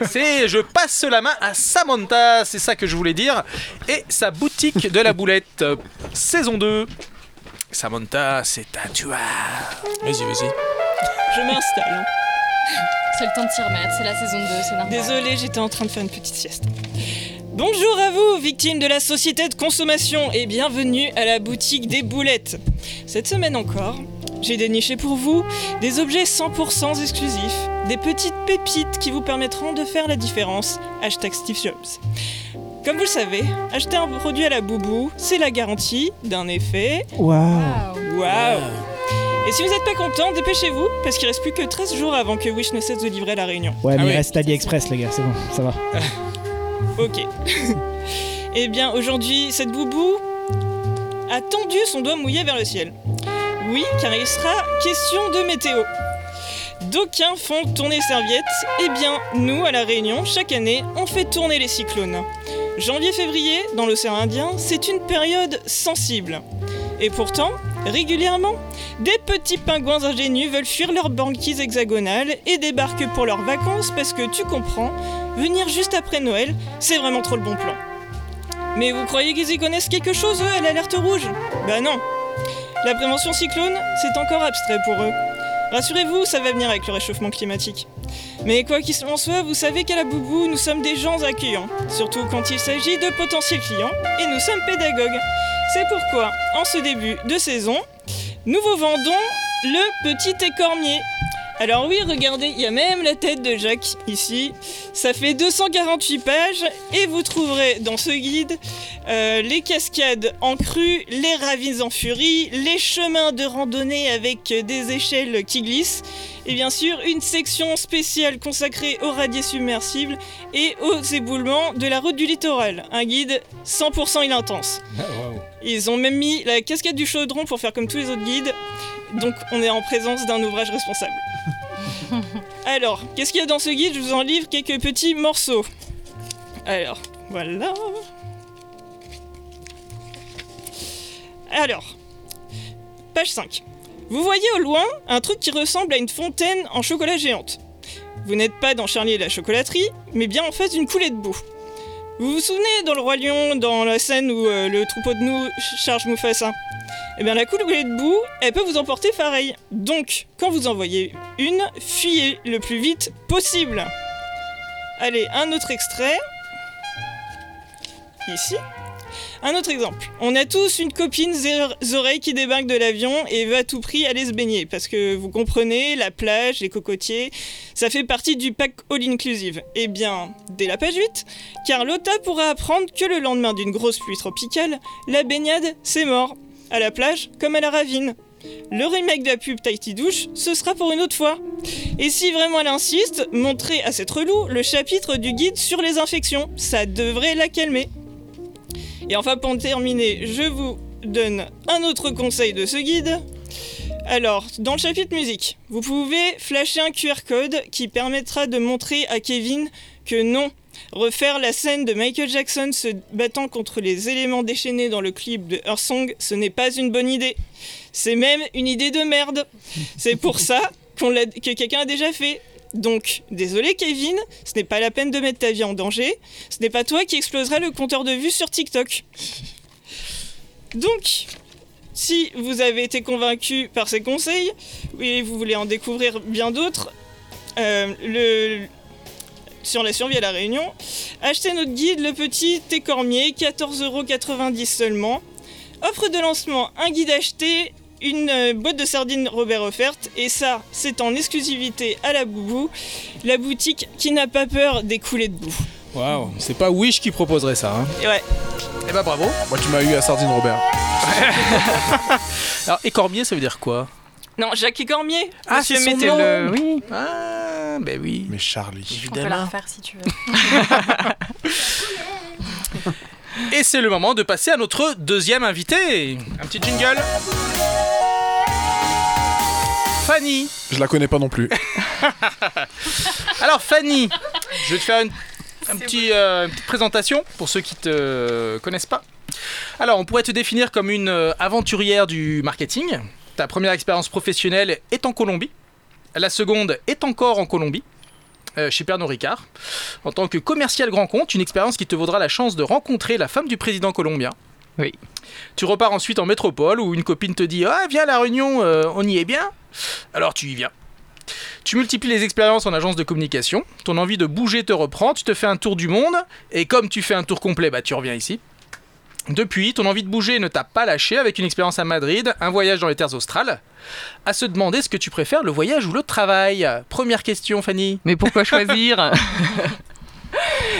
Speaker 1: C'est je passe la main à Samantha, c'est ça que je voulais dire, et sa boutique de la boulette, euh, saison 2. Samantha, c'est à toi. Vas-y, vas-y.
Speaker 10: Je m'installe. hein.
Speaker 2: C'est le temps de s'y remettre, c'est la saison 2, c'est normal.
Speaker 10: Désolée, j'étais en train de faire une petite sieste. Bonjour à vous, victimes de la société de consommation, et bienvenue à la boutique des boulettes. Cette semaine encore, J'ai déniché pour vous des objets 100% exclusifs, des petites pépites qui vous permettront de faire la différence. Hashtag Steve Jobs. Comme vous le savez, acheter un produit à la boubou, c'est la garantie d'un effet.
Speaker 11: Waouh.
Speaker 10: Waouh Et si vous n'êtes pas content, dépêchez-vous, parce qu'il reste plus que 13 jours avant que Wish ne cesse de livrer à la Réunion.
Speaker 4: Ouais, mais
Speaker 10: Ah
Speaker 4: il
Speaker 10: oui.
Speaker 4: reste AliExpress, les gars, c'est bon, ça va. Ah,
Speaker 10: Ok. eh bien, aujourd'hui, cette boubou a tendu son doigt mouillé vers le ciel. Oui, car il sera question de météo. D'aucuns font tourner serviettes. Eh bien, nous, à La Réunion, chaque année, on fait tourner les cyclones. Janvier-février, dans l'océan Indien, c'est une période sensible. Et pourtant, régulièrement, des petits pingouins ingénus veulent fuir leurs banquise hexagonales et débarquent pour leurs vacances parce que tu comprends, venir juste après Noël, c'est vraiment trop le bon plan. Mais vous croyez qu'ils y connaissent quelque chose, eux, à l'alerte rouge Bah non La prévention cyclone, c'est encore abstrait pour eux. Rassurez-vous, ça va venir avec le réchauffement climatique. Mais quoi qu'il en soit, vous savez qu'à la Boubou, nous sommes des gens accueillants, surtout quand il s'agit de potentiels clients, et nous sommes pédagogues. C'est pourquoi, en ce début de saison, nous vous vendons le petit écornier. Alors oui, regardez, il y a même la tête de Jacques ici. Ça fait 248 pages et vous trouverez dans ce guide euh, les cascades en crue, les ravines en furie, les chemins de randonnée avec des échelles qui glissent et bien sûr une section spéciale consacrée aux radiers submersibles et aux éboulements de la route du littoral. Un guide 100% il intense. Ils ont même mis la cascade du chaudron pour faire comme tous les autres guides. Donc on est en présence d'un ouvrage responsable. Alors, qu'est-ce qu'il y a dans ce guide Je vous en livre quelques petits morceaux. Alors, voilà. Alors, page 5. Vous voyez au loin un truc qui ressemble à une fontaine en chocolat géante. Vous n'êtes pas dans Charlie et la chocolaterie, mais bien en face d'une coulée de boue. Vous vous souvenez dans le Roi Lion, dans la scène où euh, le troupeau de nous charge Mufasa Eh bien, la coulée de boue, elle peut vous emporter pareil. Donc, quand vous en voyez une, fuyez le plus vite possible. Allez, un autre extrait. Ici. Un autre exemple. On a tous une copine zéro- oreille qui débarque de l'avion et veut à tout prix aller se baigner. Parce que vous comprenez, la plage, les cocotiers, ça fait partie du pack all-inclusive. Eh bien, dès la page 8, Carlotta pourra apprendre que le lendemain d'une grosse pluie tropicale, la baignade, c'est mort. À la plage, comme à la ravine. Le remake de la pub Tahiti Douche, ce sera pour une autre fois. Et si vraiment elle insiste, montrez à cette relou le chapitre du guide sur les infections. Ça devrait la calmer. Et enfin, pour terminer, je vous donne un autre conseil de ce guide. Alors, dans le chapitre musique, vous pouvez flasher un QR code qui permettra de montrer à Kevin que non, refaire la scène de Michael Jackson se battant contre les éléments déchaînés dans le clip de Her Song, ce n'est pas une bonne idée. C'est même une idée de merde. C'est pour ça qu'on l'a- que quelqu'un a déjà fait. Donc, désolé Kevin, ce n'est pas la peine de mettre ta vie en danger. Ce n'est pas toi qui exploseras le compteur de vues sur TikTok. Donc, si vous avez été convaincu par ces conseils et vous voulez en découvrir bien d'autres, euh, le- sur la survie à la Réunion, achetez notre guide Le Petit Écormier, 14,90€ seulement. Offre de lancement, un guide acheté, une euh, boîte de sardines Robert offerte, et ça, c'est en exclusivité à la Boubou, la boutique qui n'a pas peur des coulées de boue.
Speaker 1: Waouh, c'est pas Wish qui proposerait ça. Hein.
Speaker 10: Et ouais.
Speaker 1: Eh bah bravo.
Speaker 3: Moi, tu m'as eu à Sardine Robert.
Speaker 1: Alors, écormier, ça veut dire quoi
Speaker 10: Non, Jacques Écormier.
Speaker 1: Ah,
Speaker 10: monsieur
Speaker 1: c'est son
Speaker 10: Mételon.
Speaker 1: nom. Oui. Ah, ben oui.
Speaker 3: Mais Charlie.
Speaker 12: On peut la refaire si tu veux.
Speaker 1: Et c'est le moment de passer à notre deuxième invité. Un petit jingle. Fanny.
Speaker 3: Je la connais pas non plus.
Speaker 1: Alors Fanny, je vais te faire une, un petit, euh, une petite présentation pour ceux qui te connaissent pas. Alors on pourrait te définir comme une euh, aventurière du marketing. Ta première expérience professionnelle est en Colombie. La seconde est encore en Colombie. euh, chez Pernod Ricard, en tant que commercial grand compte, une expérience qui te vaudra la chance de rencontrer la femme du président colombien.
Speaker 13: Oui.
Speaker 1: Tu repars ensuite en métropole où une copine te dit Ah, viens à la réunion, euh, on y est bien. Alors tu y viens. Tu multiplies les expériences en agence de communication, ton envie de bouger te reprend, tu te fais un tour du monde, et comme tu fais un tour complet, bah tu reviens ici. Depuis, ton envie de bouger ne t'a pas lâché avec une expérience à Madrid, un voyage dans les terres australes. À se demander ce que tu préfères, le voyage ou le travail Première question, Fanny.
Speaker 13: Mais pourquoi choisir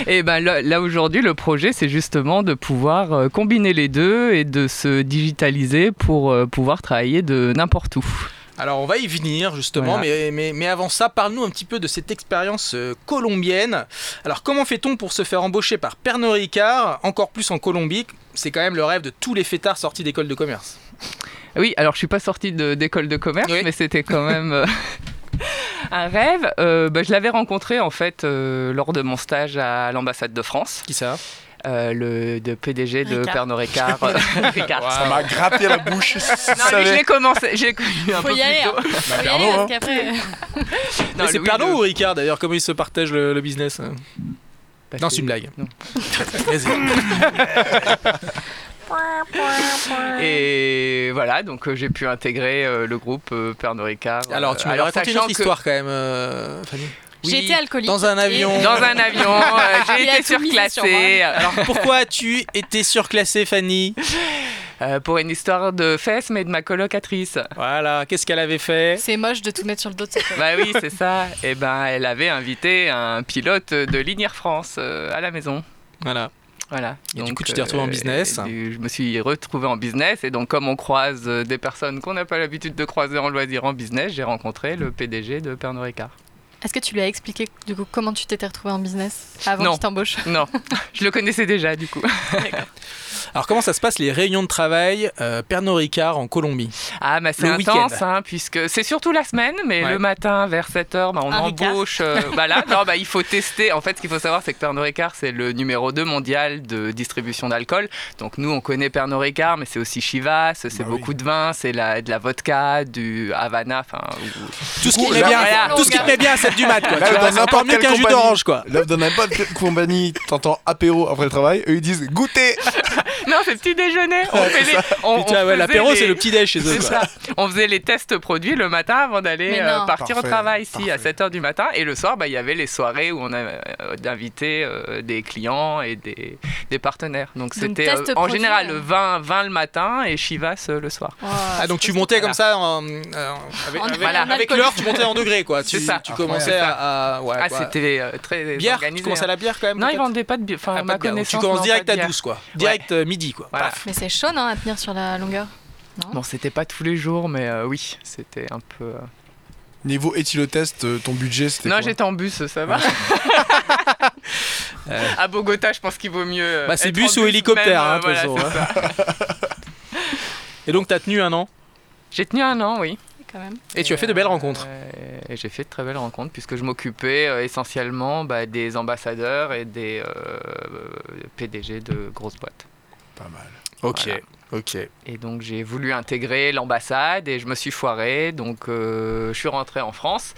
Speaker 13: Et ben là, là, aujourd'hui, le projet, c'est justement de pouvoir euh, combiner les deux et de se digitaliser pour euh, pouvoir travailler de n'importe où.
Speaker 1: Alors on va y venir justement,
Speaker 13: Voilà.
Speaker 1: mais, mais, mais avant ça, parle-nous un petit peu de cette expérience euh, colombienne. Alors comment fait-on pour se faire embaucher par Pernod Ricard, encore plus en Colombie C'est quand même le rêve de tous les fêtards sortis d'école de commerce.
Speaker 13: Oui, alors je suis pas sortie de- d'école de commerce, mais c'était quand même euh, un rêve. Euh, bah, je l'avais rencontré en fait euh, lors de mon stage à l'ambassade de France. Euh,
Speaker 1: Qui ça
Speaker 13: le de PDG de
Speaker 1: Ricard.
Speaker 13: Pernod Ricard. Ricard.
Speaker 3: Ça m'a gratté la bouche. si tu
Speaker 13: Non, mais je
Speaker 3: savais.
Speaker 13: l'ai commencé, j'ai connu un
Speaker 2: Faut
Speaker 13: peu
Speaker 2: y
Speaker 13: plus
Speaker 2: aller,
Speaker 13: tôt.
Speaker 2: hein.
Speaker 11: Bah,
Speaker 2: Faut y aller,
Speaker 13: Pernod,
Speaker 2: parce
Speaker 13: hein.
Speaker 2: qu'après, euh,
Speaker 13: Non,
Speaker 1: Mais c'est
Speaker 13: le- oui,
Speaker 1: Pernod
Speaker 13: le-
Speaker 1: ou Ricard d'ailleurs Comment ils se partagent le, le business hein Non, c'est une blague.
Speaker 2: euh,
Speaker 13: Et voilà, donc euh, j'ai pu intégrer euh, le groupe euh, Pernod Ricard.
Speaker 1: Alors, tu m'as raconté une
Speaker 13: sachant
Speaker 1: autre
Speaker 13: que-
Speaker 1: histoire quand même, euh, Fanny.
Speaker 2: J'ai été alcoolique.
Speaker 1: Dans un avion.
Speaker 13: Dans un avion, euh, j'ai
Speaker 2: Il a
Speaker 13: été
Speaker 2: tout misé sur moi.
Speaker 13: surclassée.
Speaker 1: Alors pourquoi as-tu été surclassée, Fanny
Speaker 13: Euh, Pour une histoire de fesses, mais de ma colocatrice.
Speaker 1: Voilà, qu'est-ce qu'elle avait fait
Speaker 2: C'est moche de tout mettre sur le dos de sa femme.
Speaker 13: Bah oui, c'est ça. Et ben, elle avait invité un pilote de Ligne Air France euh, à la maison.
Speaker 1: Voilà.
Speaker 13: Voilà.
Speaker 1: Et du coup, tu t'es retrouvé
Speaker 13: Euh,
Speaker 1: en business.
Speaker 13: et du- je me suis retrouvée en business. Et donc, comme on croise euh, des personnes qu'on n'a pas l'habitude de croiser en loisir en business, j'ai rencontré le PDG de Pernod Ricard.
Speaker 2: Est-ce que tu lui as expliqué du coup comment tu t'étais retrouvé en business avant
Speaker 13: Non.
Speaker 2: qu'il t'embauche
Speaker 13: Non, je le connaissais déjà, du coup.
Speaker 1: Alors comment ça se passe les réunions de travail euh, Pernod Ricard en Colombie
Speaker 13: Ah, mais c'est
Speaker 1: Le week-end.
Speaker 13: intense, hein, puisque c'est surtout la semaine, mais
Speaker 1: Ouais.
Speaker 13: le matin vers 7h, on
Speaker 1: Un Ricard.
Speaker 13: embauche. euh, bah là, non, bah, il faut tester. En fait, ce qu'il faut savoir, c'est que Pernod Ricard, c'est le numéro 2 mondial de distribution d'alcool. Donc nous, on connaît Pernod Ricard, mais c'est aussi Chivas, c'est
Speaker 1: Bah
Speaker 13: beaucoup de vin, c'est la- de la vodka, du Havana, enfin.
Speaker 1: Tout ce qui plaît bien, tout ce qui plaît bien, c'est du mat, quoi.
Speaker 3: Là,
Speaker 1: Tu vois,
Speaker 3: dans
Speaker 1: c'est encore
Speaker 3: n'importe
Speaker 1: mieux
Speaker 3: quelle
Speaker 1: qu'un jus
Speaker 3: compagnie,
Speaker 1: d'orange, quoi.
Speaker 3: Là, dans n'importe quelle compagnie, t'entends apéro après le travail, eux ils disent goûter.
Speaker 13: Non, c'est petit déjeuner. On
Speaker 3: Ouais,
Speaker 13: fait
Speaker 3: c'est
Speaker 13: les-
Speaker 3: ça.
Speaker 13: on-
Speaker 3: Putain,
Speaker 13: on
Speaker 3: ouais, l'apéro,
Speaker 13: faisait
Speaker 3: c'est
Speaker 13: les-
Speaker 3: le petit déj chez eux,
Speaker 13: C'est
Speaker 3: quoi.
Speaker 13: ça. On faisait les tests produits le matin avant d'aller
Speaker 3: Mais
Speaker 13: euh,
Speaker 3: non.
Speaker 13: partir
Speaker 3: Parfait,
Speaker 13: au travail, ici à 7h du matin. Et le soir, bah, il y avait les soirées où on avait invité euh, des clients et des, des partenaires. Donc c'était
Speaker 1: test
Speaker 13: euh, en
Speaker 1: produit,
Speaker 13: général
Speaker 1: euh.
Speaker 13: 20, 20 le matin et Chivas euh, le soir.
Speaker 1: Ah donc tu montais comme ça en- en- Euh, avec,
Speaker 13: En-
Speaker 1: avec-
Speaker 13: voilà.
Speaker 1: avec l'heure, tu montais en degrés, quoi. Tu,
Speaker 13: C'est ça.
Speaker 1: tu commençais
Speaker 13: C'est ça.
Speaker 1: à, à- ouais,
Speaker 13: Ah,
Speaker 1: quoi.
Speaker 13: c'était euh, très
Speaker 1: bière.
Speaker 13: organisé.
Speaker 1: tu commençais
Speaker 13: hein.
Speaker 1: à la bière quand même.
Speaker 13: Non, ils
Speaker 1: peut-être
Speaker 13: vendaient pas de bière. Enfin,
Speaker 1: Ah,
Speaker 13: à
Speaker 1: pas
Speaker 13: ma
Speaker 1: de bière. Donc,
Speaker 13: connaissance.
Speaker 1: Tu commences
Speaker 13: non,
Speaker 1: direct
Speaker 13: pas de
Speaker 1: à
Speaker 13: bière.
Speaker 1: 12 quoi. Direct euh, midi quoi.
Speaker 13: Voilà.
Speaker 1: Paf.
Speaker 2: Mais c'est chaud hein, à tenir sur la longueur.
Speaker 13: Bon, c'était pas tous les jours, mais euh, oui, c'était un peu. euh,
Speaker 3: Niveau éthylotest, euh, ton budget c'était.
Speaker 13: Non,
Speaker 3: quoi
Speaker 13: j'étais en bus, ça va. à Bogota, je pense qu'il vaut mieux. euh,
Speaker 1: Bah, c'est
Speaker 13: être
Speaker 1: bus
Speaker 13: en
Speaker 1: ou hélicoptère,
Speaker 13: même,
Speaker 1: hein,
Speaker 13: euh,
Speaker 1: de toute
Speaker 13: voilà,
Speaker 1: façon,
Speaker 13: c'est
Speaker 1: hein.
Speaker 13: ça.
Speaker 1: Et donc t'as tenu un an.
Speaker 13: J'ai tenu un an, oui. Euh,
Speaker 2: Quand même.
Speaker 1: Et tu as fait de belles rencontres.
Speaker 13: Et j'ai fait de très belles rencontres puisque je m'occupais euh, essentiellement bah, des ambassadeurs et des euh, PDG de grosses boîtes.
Speaker 3: Pas mal.
Speaker 1: Ok. Ok.
Speaker 13: Et donc j'ai voulu intégrer l'ambassade et je me suis foiré. Donc euh, je suis rentré en France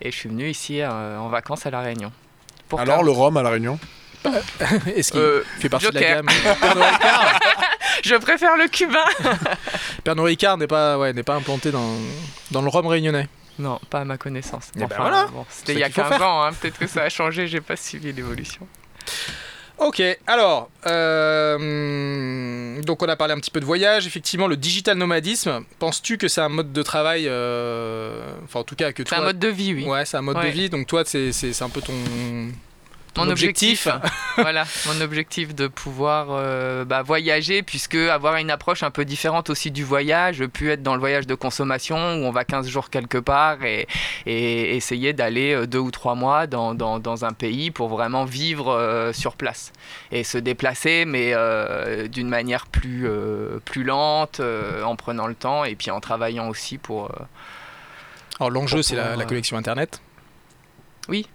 Speaker 13: et je suis venu ici euh, en vacances à La Réunion. Pour
Speaker 3: Alors le rhum à la Réunion.
Speaker 1: Est-ce qu'il fait partie de la
Speaker 13: Euh, Joker.
Speaker 1: gamme Pernod Ricard
Speaker 13: Je préfère le cubain.
Speaker 1: Pernod Ricard n'est pas, ouais, n'est pas implanté dans, dans le Rhum réunionnais.
Speaker 13: Non, pas à ma connaissance.
Speaker 1: Eh ben
Speaker 13: Enfin,
Speaker 1: voilà.
Speaker 13: bon,
Speaker 1: C'est
Speaker 13: C'était il y a
Speaker 1: qu'il faut
Speaker 13: 15
Speaker 1: faire.
Speaker 13: ans, hein. peut-être que ça a changé, j'ai pas suivi l'évolution.
Speaker 1: Ok, alors, euh, donc on a parlé un petit peu de voyage, effectivement, le digital nomadisme, penses-tu que c'est un mode de travail, euh, enfin en tout cas que
Speaker 13: C'est
Speaker 1: toi...
Speaker 13: un mode de vie, oui.
Speaker 1: Ouais, c'est un mode de
Speaker 13: Ouais.
Speaker 1: vie, donc toi c'est c'est- c'est un peu ton... ton
Speaker 13: Mon objectif, voilà, mon objectif de pouvoir euh, bah, voyager, puisque avoir une approche un peu différente aussi du voyage, pu être dans le voyage de consommation où on va 15 jours quelque part et, et essayer d'aller euh, deux ou trois mois dans, dans- dans un pays pour vraiment vivre euh, sur place et se déplacer, mais euh, d'une manière plus, euh, plus lente, euh, en prenant le temps et puis en travaillant aussi pour. euh,
Speaker 1: Alors l'enjeu
Speaker 13: Pour
Speaker 1: c'est la,
Speaker 13: pouvoir,
Speaker 1: la
Speaker 13: euh,
Speaker 1: connexion Internet.
Speaker 13: Oui.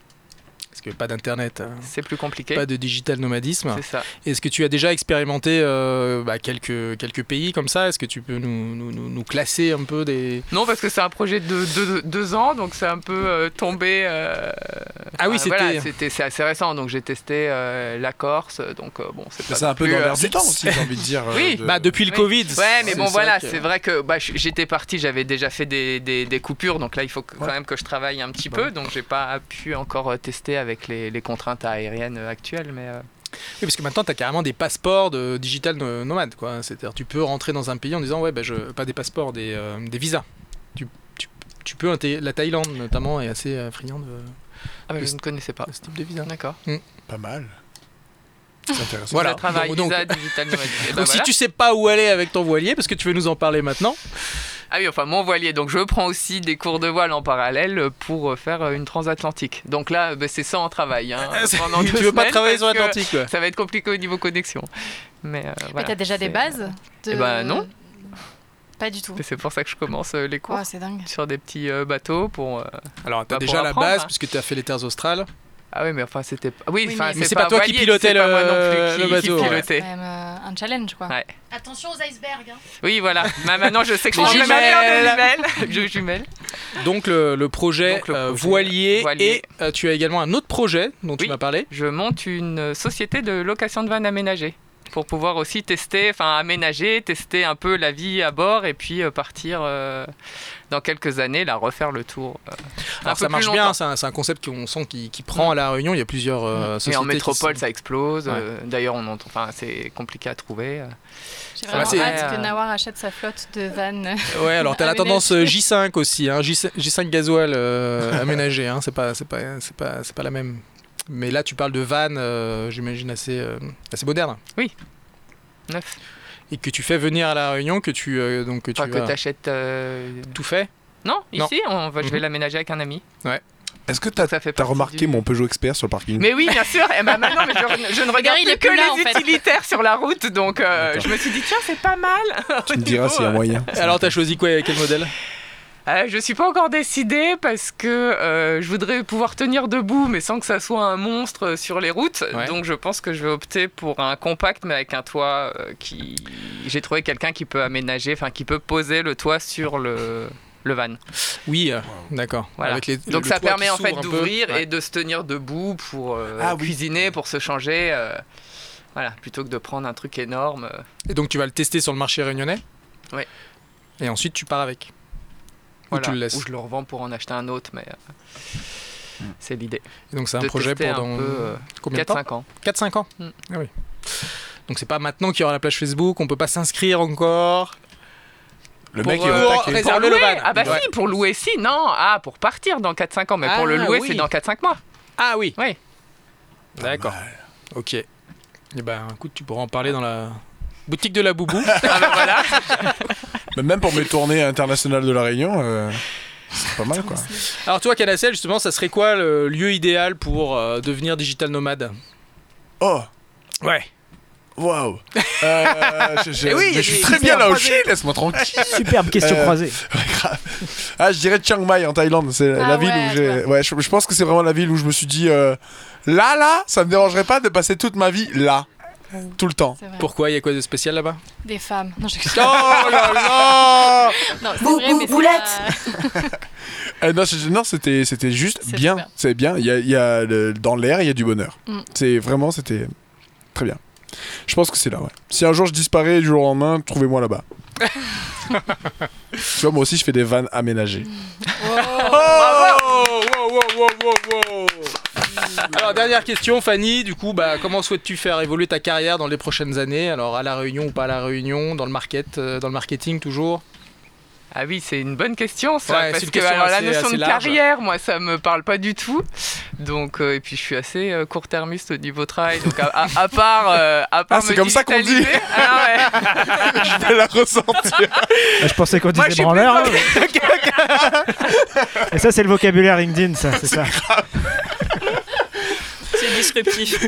Speaker 1: Parce que pas d'Internet. euh,
Speaker 13: c'est plus compliqué.
Speaker 1: Pas de digital nomadisme.
Speaker 13: C'est ça.
Speaker 1: Est-ce que tu as déjà expérimenté euh, bah, quelques, quelques pays comme ça Est-ce que tu peux nous, nous- nous- nous classer un peu des...
Speaker 13: Non, parce que c'est un projet de deux, deux ans, donc c'est un peu euh, tombé. euh,
Speaker 1: Ah oui,
Speaker 13: enfin, voilà,
Speaker 1: c'était-
Speaker 13: c'est assez récent, donc j'ai testé euh, la Corse, donc euh, bon, c'est pas
Speaker 3: C'est un
Speaker 13: non
Speaker 3: peu
Speaker 13: plus,
Speaker 3: dans
Speaker 13: euh,
Speaker 3: l'air du temps aussi, j'ai envie de dire. euh,
Speaker 13: Oui,
Speaker 3: de-
Speaker 1: Bah,
Speaker 13: Oui. Ouais, mais bon, voilà, c'est vrai que bah, je- j'étais parti, j'avais déjà fait des, des- des coupures, donc là, il faut que- quand même que je travaille un petit peu, donc j'ai pas pu encore euh, tester avec les, les contraintes aériennes euh, actuelles, mais. euh,
Speaker 1: Oui, parce que maintenant, tu as carrément des passeports de digital no- nomade. quoi. C'est-à-dire, tu peux rentrer dans un pays en disant, ouais, bah, je... pas des passeports, des, euh, des visas. Tu, tu- tu peux. inté- La Thaïlande, notamment, est assez euh, friande. de-
Speaker 13: Ah, bah,
Speaker 1: de
Speaker 13: je ne connaissais pas.
Speaker 1: Ce type de visa. Mm. Ah.
Speaker 13: D'accord.
Speaker 3: Pas mal. C'est intéressant.
Speaker 13: Voilà. Visa travail, visa digital nomade. Eh ben
Speaker 1: donc, si
Speaker 13: voilà.
Speaker 1: tu sais pas où aller avec ton voilier, parce que tu veux nous en parler maintenant,
Speaker 13: Ah oui, enfin mon voilier. Donc je prends aussi des cours de voile en parallèle pour euh, faire euh, une transatlantique. Donc là, euh, bah, c'est ça en travail. Hein,
Speaker 1: c'est-
Speaker 13: pendant
Speaker 1: tu
Speaker 13: deux
Speaker 1: veux pas
Speaker 13: semaines,
Speaker 1: travailler sur
Speaker 13: parce que
Speaker 1: l'Atlantique, ouais.
Speaker 13: Ça va être compliqué au niveau connexion. Mais, euh,
Speaker 2: Mais
Speaker 13: voilà,
Speaker 2: t'as déjà des
Speaker 13: c'est-
Speaker 2: bases de...
Speaker 13: Eh ben, non.
Speaker 2: Pas du tout.
Speaker 13: Et c'est pour ça que je commence euh, les cours
Speaker 2: Oh, c'est dingue.
Speaker 13: sur des petits euh, bateaux pour.
Speaker 1: Alors,
Speaker 13: tu as
Speaker 1: déjà la base, puisque tu as fait les terres australes.
Speaker 13: Ah oui, mais enfin, c'était. pas- Oui,
Speaker 2: Oui,
Speaker 13: enfin,
Speaker 2: mais-
Speaker 1: Mais c'est pas toi qui
Speaker 13: voilier,
Speaker 1: pilotais
Speaker 13: c'est pas moi
Speaker 1: le-
Speaker 13: non plus
Speaker 1: le
Speaker 13: qui- qui
Speaker 1: bateau, ouais.
Speaker 13: pilotais.
Speaker 2: C'est quand même euh, un challenge, quoi.
Speaker 13: Ouais.
Speaker 2: Attention aux icebergs. hein.
Speaker 13: Oui, voilà. Ma- Maintenant, je sais que je
Speaker 2: Les
Speaker 13: suis
Speaker 2: jumelles.
Speaker 13: jumelle. Je jumelle.
Speaker 1: Donc le, le projet, euh, voilier,
Speaker 13: voilier.
Speaker 1: et euh, tu as également un autre projet dont tu m'as parlé.
Speaker 13: Je monte une euh, société de location de vannes aménagées pour pouvoir aussi tester, enfin aménager, tester un peu la vie à bord et puis euh, partir euh, dans quelques années, là, refaire le tour. euh, un
Speaker 1: Alors
Speaker 13: peu
Speaker 1: ça
Speaker 13: plus
Speaker 1: marche
Speaker 13: longtemps.
Speaker 1: bien, hein, c'est un, c'est un concept qu'on sent qui, qui prend à la Réunion. Il y a plusieurs euh, sociétés.
Speaker 13: Mm. Et en
Speaker 1: qui
Speaker 13: métropole,
Speaker 1: se-
Speaker 13: ça explose.
Speaker 1: Ouais.
Speaker 13: euh, D'ailleurs, on entend- enfin, c'est compliqué à trouver. euh.
Speaker 2: J'ai
Speaker 13: Ça
Speaker 2: vraiment
Speaker 13: va,
Speaker 2: hâte
Speaker 13: c'est-
Speaker 2: que Nawar achète sa flotte de vannes.
Speaker 1: Ouais, alors t'as la
Speaker 2: aménagées.
Speaker 1: tendance euh, J5 aussi, hein, J5, J5 gasoil euh, aménagé, hein, c'est pas, c'est pas, c'est pas, c'est pas la même. Mais là, tu parles de vannes, euh, j'imagine assez, euh, assez moderne.
Speaker 13: Oui. Neuf.
Speaker 1: Et que tu fais venir à la Réunion, que tu, euh, donc que tu
Speaker 13: Enfin, que
Speaker 1: vas-
Speaker 13: t'achètes. euh,
Speaker 1: tout fait.
Speaker 13: Non,
Speaker 1: Non.
Speaker 13: ici, on va, je vais
Speaker 1: Mhm.
Speaker 13: l'aménager avec un ami.
Speaker 1: Ouais.
Speaker 3: Est-ce que t'as t'as remarqué mon Peugeot Expert sur le parking
Speaker 13: Mais oui, bien sûr. Eh Et maintenant, mais je, je ne regarde
Speaker 2: il est
Speaker 13: plus
Speaker 2: plus
Speaker 13: que
Speaker 2: là, en
Speaker 13: les
Speaker 2: fait.
Speaker 13: utilitaires sur la route, donc euh, je me suis dit tiens, c'est pas mal.
Speaker 3: Tu me diras s'il y a moyen.
Speaker 1: Alors t'as choisi quoi, quel modèle
Speaker 13: Euh, je suis pas encore décidée parce que euh, je voudrais pouvoir tenir debout, mais sans que ça soit un monstre euh, sur les routes.
Speaker 1: Ouais.
Speaker 13: Donc je pense que je vais opter pour un compact, mais avec un toit euh, qui. J'ai trouvé quelqu'un qui peut aménager, enfin qui peut poser le toit sur le, le van.
Speaker 1: Oui, euh, d'accord.
Speaker 13: Voilà.
Speaker 1: Avec les- le-
Speaker 13: Donc
Speaker 1: le
Speaker 13: ça
Speaker 1: toit
Speaker 13: permet
Speaker 1: qui
Speaker 13: en fait
Speaker 1: s'ouvre un peu.
Speaker 13: d'ouvrir
Speaker 1: Ouais.
Speaker 13: et de se tenir debout pour euh,
Speaker 1: Ah oui.
Speaker 13: cuisiner, pour se changer. euh, voilà, plutôt que de prendre un truc énorme. euh,
Speaker 1: Et donc tu vas le tester sur le marché réunionnais
Speaker 13: Ouais.
Speaker 1: Et ensuite tu pars Ah, avec.
Speaker 13: voilà,
Speaker 1: Ou tu le laisses.
Speaker 13: Ou je le revends pour en acheter un autre, mais euh, c'est l'idée.
Speaker 1: Et donc c'est un
Speaker 13: de
Speaker 1: projet pour
Speaker 13: tester un
Speaker 1: dans
Speaker 13: peu, euh,
Speaker 1: combien de
Speaker 13: 4-5
Speaker 1: temps
Speaker 13: ans.
Speaker 1: 4-5 ans
Speaker 13: Mm.
Speaker 1: Ah oui. Donc c'est pas maintenant qu'il y aura la plage Facebook, on peut pas s'inscrire encore.
Speaker 3: Le
Speaker 1: Pour,
Speaker 3: mec est au
Speaker 1: euh,
Speaker 3: taquet.
Speaker 1: pour
Speaker 13: Pour
Speaker 1: réserver le
Speaker 13: louer
Speaker 1: van.
Speaker 13: Ah bah
Speaker 1: Ouais.
Speaker 13: si, pour louer si, non. Ah, pour partir dans 4-5 ans, mais
Speaker 1: Ah,
Speaker 13: pour le louer,
Speaker 1: oui.
Speaker 13: c'est dans 4-5 mois.
Speaker 1: Ah oui.
Speaker 13: Oui.
Speaker 1: D'accord. Ok. Et ben écoute, tu pourras en parler dans la boutique de la boubou.
Speaker 13: Ah bah
Speaker 3: Mais Même pour mes tournées internationales de la Réunion, euh, c'est pas mal quoi.
Speaker 1: Alors toi, Canacel, justement, ça serait quoi le lieu idéal pour euh, devenir digital nomade
Speaker 3: Oh
Speaker 1: Ouais.
Speaker 3: Waouh Euh, je, je-
Speaker 1: Eh
Speaker 3: mais
Speaker 1: oui,
Speaker 3: je
Speaker 1: il
Speaker 3: suis
Speaker 1: est-
Speaker 3: très
Speaker 1: il
Speaker 3: bien
Speaker 1: est
Speaker 3: là au
Speaker 1: croisé.
Speaker 3: Chili, laisse-moi tranquille. Euh,
Speaker 4: Superbe question croisée.
Speaker 3: ouais, grave. Ah, je dirais Chiang Mai en Thaïlande, c'est la-
Speaker 4: Ah
Speaker 3: la ville
Speaker 4: ouais,
Speaker 3: où j'ai. Ouais, je, je pense que c'est vraiment la ville où je me suis dit euh, là, là, ça me dérangerait pas de passer toute ma vie là, tout le temps.
Speaker 1: Pourquoi Il y a quoi de spécial là-bas
Speaker 2: Des femmes. Non, je...
Speaker 1: Oh là là
Speaker 2: Non, c'est vrai, mais c'est pas-
Speaker 3: Eh non, c'est- non, c'était, c'était juste bien. C'est bien. Il y a, il y a le- dans l'air, il y a du bonheur.
Speaker 2: Mm.
Speaker 3: C'est vraiment, c'était très bien. Je pense que c'est là. Ouais. Si un jour je disparais du jour au lendemain, trouvez-moi là-bas. tu vois, moi aussi, je fais des vannes aménagées.
Speaker 1: Oh Wow, wow, wow, wow, wow. Alors dernière question Fanny, du coup bah, comment souhaites-tu faire évoluer ta carrière dans les prochaines années Alors à la réunion ou pas à la réunion, dans le market, euh, dans le marketing toujours
Speaker 13: Ah oui, c'est une bonne question ça,
Speaker 1: Ouais, c'est
Speaker 13: parce
Speaker 1: une
Speaker 13: que
Speaker 1: question
Speaker 13: alors, la
Speaker 1: assez-
Speaker 13: notion
Speaker 1: assez
Speaker 13: de
Speaker 1: large.
Speaker 13: carrière, moi, ça me parle pas du tout. Donc, euh, et puis je suis assez euh, court-termiste au niveau travail. Donc, à, à- à part, euh, à part
Speaker 3: Ah, c'est
Speaker 13: me
Speaker 3: comme ça qu'on dit.
Speaker 13: digitaliser- Ah ouais.
Speaker 3: je vais la ressentir.
Speaker 4: Je pensais qu'on
Speaker 13: Moi,
Speaker 4: disait
Speaker 13: je suis
Speaker 4: branleur. hein.
Speaker 13: plus
Speaker 4: Et ça, c'est le vocabulaire LinkedIn, ça, c'est ça.
Speaker 13: C'est disruptif.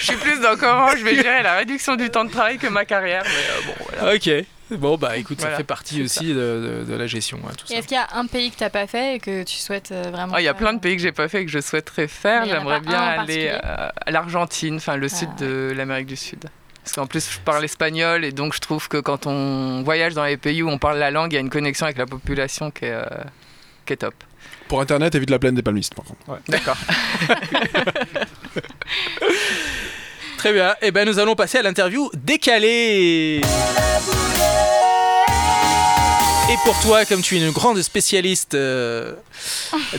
Speaker 13: je suis plus dans comment je vais gérer la réduction du temps de travail que ma carrière. Mais, euh, bon, voilà.
Speaker 1: Ok, bon bah écoute
Speaker 13: Voilà,
Speaker 1: ça fait partie aussi de, de- de la gestion hein, tout
Speaker 2: Et
Speaker 1: ça.
Speaker 2: Est-ce qu'il y a un pays que t'as pas fait et que tu souhaites euh, vraiment
Speaker 13: Ah, Il y a
Speaker 2: faire
Speaker 13: plein de pays que j'ai pas fait et que je souhaiterais faire.
Speaker 2: Mais il y en a
Speaker 13: J'aimerais
Speaker 2: pas
Speaker 13: bien
Speaker 2: un en
Speaker 13: aller
Speaker 2: particulier Ah,
Speaker 13: euh, à l'Argentine, enfin le sud de l'Amérique du Sud. Parce qu'en plus, je parle espagnol et donc je trouve que quand on voyage dans les pays où on parle la langue, il y a une connexion avec la population qui est, euh, qui est top.
Speaker 3: Pour internet, évite la plaine des palmistes, par contre.
Speaker 13: D'accord.
Speaker 1: Très bien, et ben nous allons passer à l'interview décalée Et pour toi, comme tu es une grande spécialiste euh,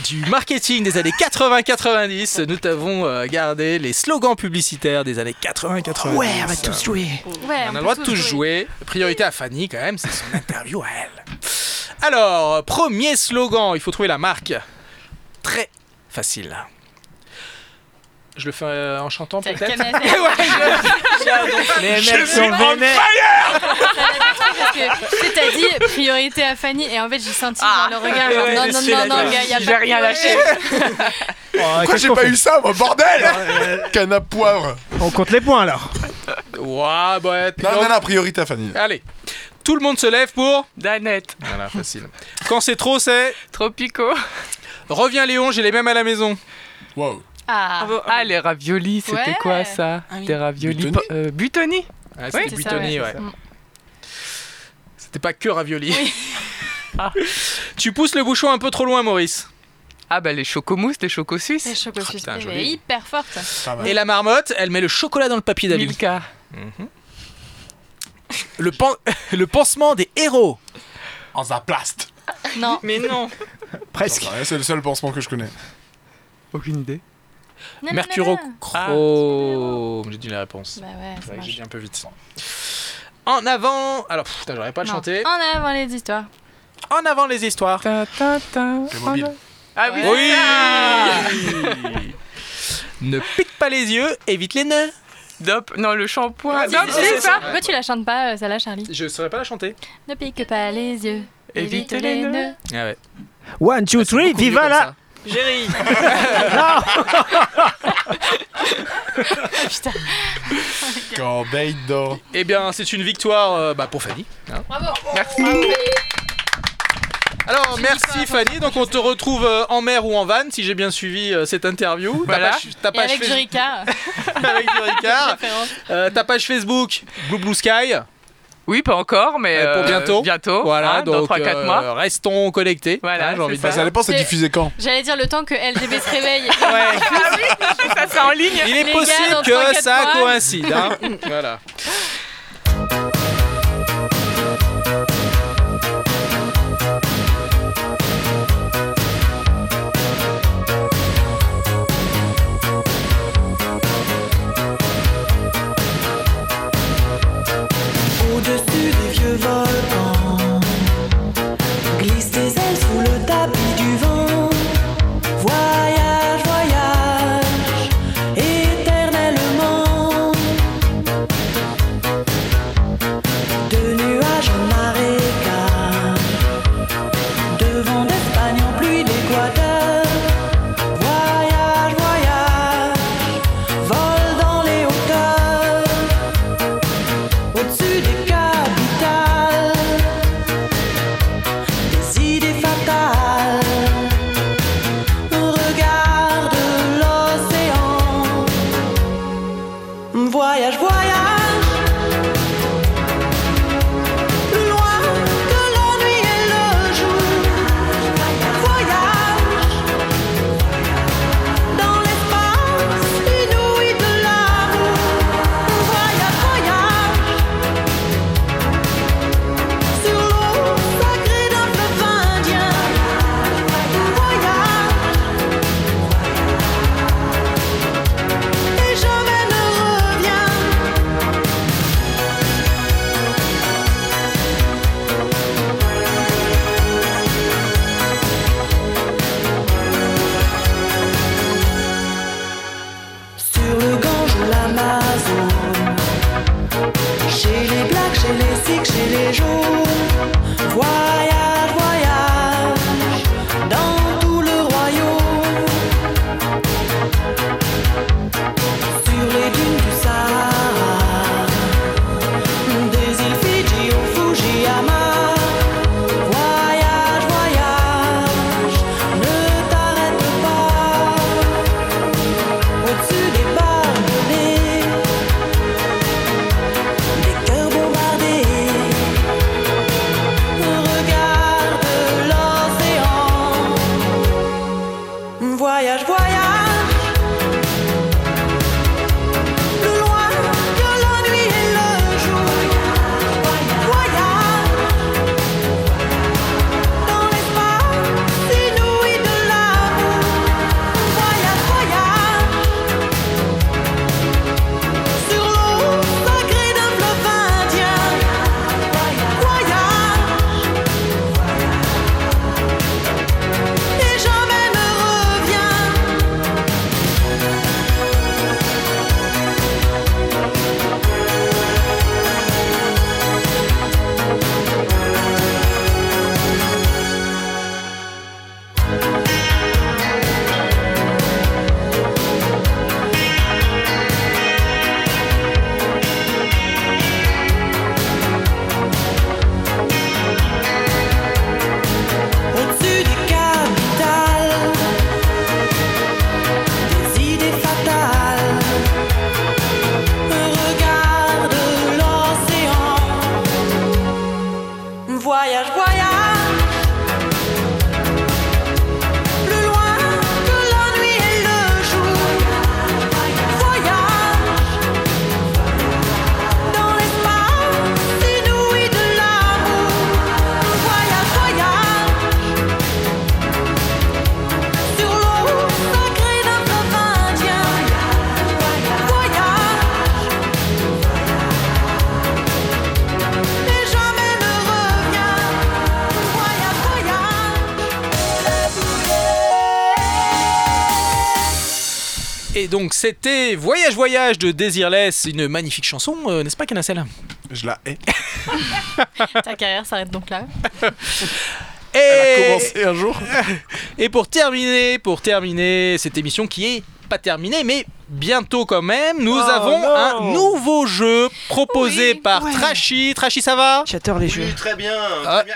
Speaker 1: du marketing des années 80-90, nous t'avons euh, gardé les slogans publicitaires des années 80-90.
Speaker 14: Ouais, on va tous jouer.
Speaker 1: on a le droit de tous jouer. Priorité à Fanny quand même, c'est son interview à elle. Alors, premier slogan, il faut trouver la marque. Très facile. Je le fais euh, en chantant
Speaker 14: T'as le
Speaker 1: peut-être
Speaker 14: canadien.
Speaker 1: Ouais, je- j'ai un don.
Speaker 14: Les mecs
Speaker 1: Je suis
Speaker 14: sont
Speaker 1: on
Speaker 14: vénères.
Speaker 1: fire
Speaker 2: Parce que tu sais, t'as dit priorité à Fanny et en fait j'ai senti dans
Speaker 11: Ah.
Speaker 2: le regard genre,
Speaker 14: ouais,
Speaker 2: non
Speaker 14: je
Speaker 2: non
Speaker 14: suis
Speaker 2: non non
Speaker 14: d'accord.
Speaker 2: gars, y a
Speaker 14: J'ai
Speaker 2: pas de
Speaker 14: rien
Speaker 2: priorité.
Speaker 3: Pourquoi
Speaker 4: qu'est-ce
Speaker 3: j'ai
Speaker 4: qu'on
Speaker 3: pas
Speaker 4: fait
Speaker 3: eu ça, moi, bordel Canne à poivre
Speaker 4: On compte les points alors.
Speaker 1: Ouah, bah,
Speaker 3: Non, non, non, priorité à Fanny.
Speaker 1: Allez, tout le monde se lève pour
Speaker 13: Danette.
Speaker 1: Voilà, facile. Quand c'est trop, c'est
Speaker 13: Tropico.
Speaker 1: Reviens Léon, j'ai les mêmes à la maison.
Speaker 3: Wow.
Speaker 2: Ah.
Speaker 13: Ah, les raviolis, c'était
Speaker 2: Ouais.
Speaker 13: quoi ça
Speaker 2: Ah oui.
Speaker 13: Des raviolis.
Speaker 3: Butoni
Speaker 13: po- euh, Butoni
Speaker 1: Ah,
Speaker 13: Oui.
Speaker 1: c'était
Speaker 13: C'est ça,
Speaker 1: Buitoni,
Speaker 13: ouais,
Speaker 1: ouais.
Speaker 13: c'est ça.
Speaker 1: C'était pas que ravioli. Tu pousses le bouchon un peu trop loin, Maurice. Ah,
Speaker 13: Ah, bah les chocomousses, les chocos suisses.
Speaker 2: Les chocos suisses,
Speaker 13: putain,
Speaker 2: elle
Speaker 13: joli.
Speaker 2: est hyper forte.
Speaker 1: Et la marmotte, elle met le chocolat dans le papier d'alu.
Speaker 13: Milka.
Speaker 1: Le, pan- le pansement des héros.
Speaker 3: En zaplast.
Speaker 2: Non.
Speaker 15: Mais non.
Speaker 3: Presque. C'est le seul pansement que je connais.
Speaker 13: Aucune idée. Ah.
Speaker 1: Mercurochrome. Oh, J'ai dit la réponse.
Speaker 2: Bah ouais,
Speaker 1: C'est
Speaker 2: ça
Speaker 1: vrai que
Speaker 2: marche.
Speaker 1: J'ai dit un peu vite. En avant. Alors, pff, putain, j'aurais pas le
Speaker 2: Non.
Speaker 1: chanter.
Speaker 2: En avant les histoires.
Speaker 1: En avant les histoires.
Speaker 13: Les
Speaker 1: mobiles.
Speaker 13: Ah oui,
Speaker 1: Oui.
Speaker 13: c'est ça.
Speaker 1: Ne pique pas les yeux, évite les nœuds.
Speaker 13: Dop, non, le shampoing.
Speaker 1: Ah,
Speaker 2: Si,
Speaker 13: Dop,
Speaker 2: si, si,
Speaker 13: c'est
Speaker 2: si.
Speaker 13: ça.
Speaker 2: Pourquoi tu la chantes pas, euh, celle-là, Charlie
Speaker 1: Je saurais pas la chanter.
Speaker 2: Ne pique pas les yeux. Évite
Speaker 13: Évitez
Speaker 2: les
Speaker 13: les
Speaker 2: nœuds.
Speaker 1: Ah ouais. Bah,
Speaker 4: One, two, three, viva la.
Speaker 15: J'ai ri.
Speaker 3: Corbeil
Speaker 1: Eh bien, c'est une victoire euh, bah, pour Fanny. hein.
Speaker 13: Merci.
Speaker 1: Alors, merci Fanny. Donc, on te retrouve euh, en mer ou en van, si j'ai bien suivi euh, cette interview. T'as
Speaker 13: Voilà.
Speaker 1: pas ch- T'as
Speaker 2: Et
Speaker 1: pas,
Speaker 2: avec
Speaker 1: achevé-
Speaker 2: Jurika.
Speaker 1: avec du Ricard.
Speaker 2: référence.
Speaker 1: Euh, ta page Facebook, Blue Blue Sky,
Speaker 13: Oui, pas encore, mais
Speaker 1: euh, pour
Speaker 13: euh,
Speaker 1: bientôt.
Speaker 13: Bientôt.
Speaker 1: Voilà,
Speaker 13: hein,
Speaker 1: donc
Speaker 13: dans 3-4
Speaker 1: euh,
Speaker 13: mois.
Speaker 1: restons connectés.
Speaker 13: Voilà,
Speaker 1: hein, j'ai envie de
Speaker 13: c'est
Speaker 1: dire.
Speaker 13: ça.
Speaker 3: Ça dépend, c'est
Speaker 2: C'est-
Speaker 3: diffusé quand
Speaker 2: J'allais dire le temps que LGB se réveille.
Speaker 13: ça, c'est en ligne.
Speaker 1: Il
Speaker 2: Les
Speaker 1: est
Speaker 2: gars,
Speaker 1: possible
Speaker 2: dans trois,
Speaker 1: que
Speaker 2: quatre
Speaker 1: ça
Speaker 2: mois. Mm.
Speaker 1: coïncide. hein. voilà.
Speaker 11: Au-dessus des vieux volcans, glisse tes ailes sous le tapis du vent. Voyage, voyage, éternellement. De nuages en marécage, de vent d'Espagne en pluie d'Équateur. Voyage, voyage, vol dans les hauteurs. Au-dessus des capitales, des idées fatales. Regarde l'océan. Voyage, voyage. Loin de la nuit et le jour. Voyage. Dans l'espace inouï de l'amour. Voyage, voyage. Sur l'eau sacrée d'un fleuve indien, voyage, et jamais ne reviens.
Speaker 7: Et donc c'était Voyage Voyage de Désirless, une magnifique chanson, euh, n'est-ce pas Canacel
Speaker 3: Je la hais.
Speaker 2: Ta carrière s'arrête donc là.
Speaker 7: Et...
Speaker 3: Elle a commencé un jour.
Speaker 7: Et pour terminer, pour terminer cette émission qui est pas terminée, mais bientôt quand même, nous
Speaker 1: Oh
Speaker 7: avons
Speaker 1: non.
Speaker 7: un nouveau jeu proposé par
Speaker 1: ouais.
Speaker 7: Trashy. Trashy, ça va
Speaker 16: J'adore Très bien. très bien.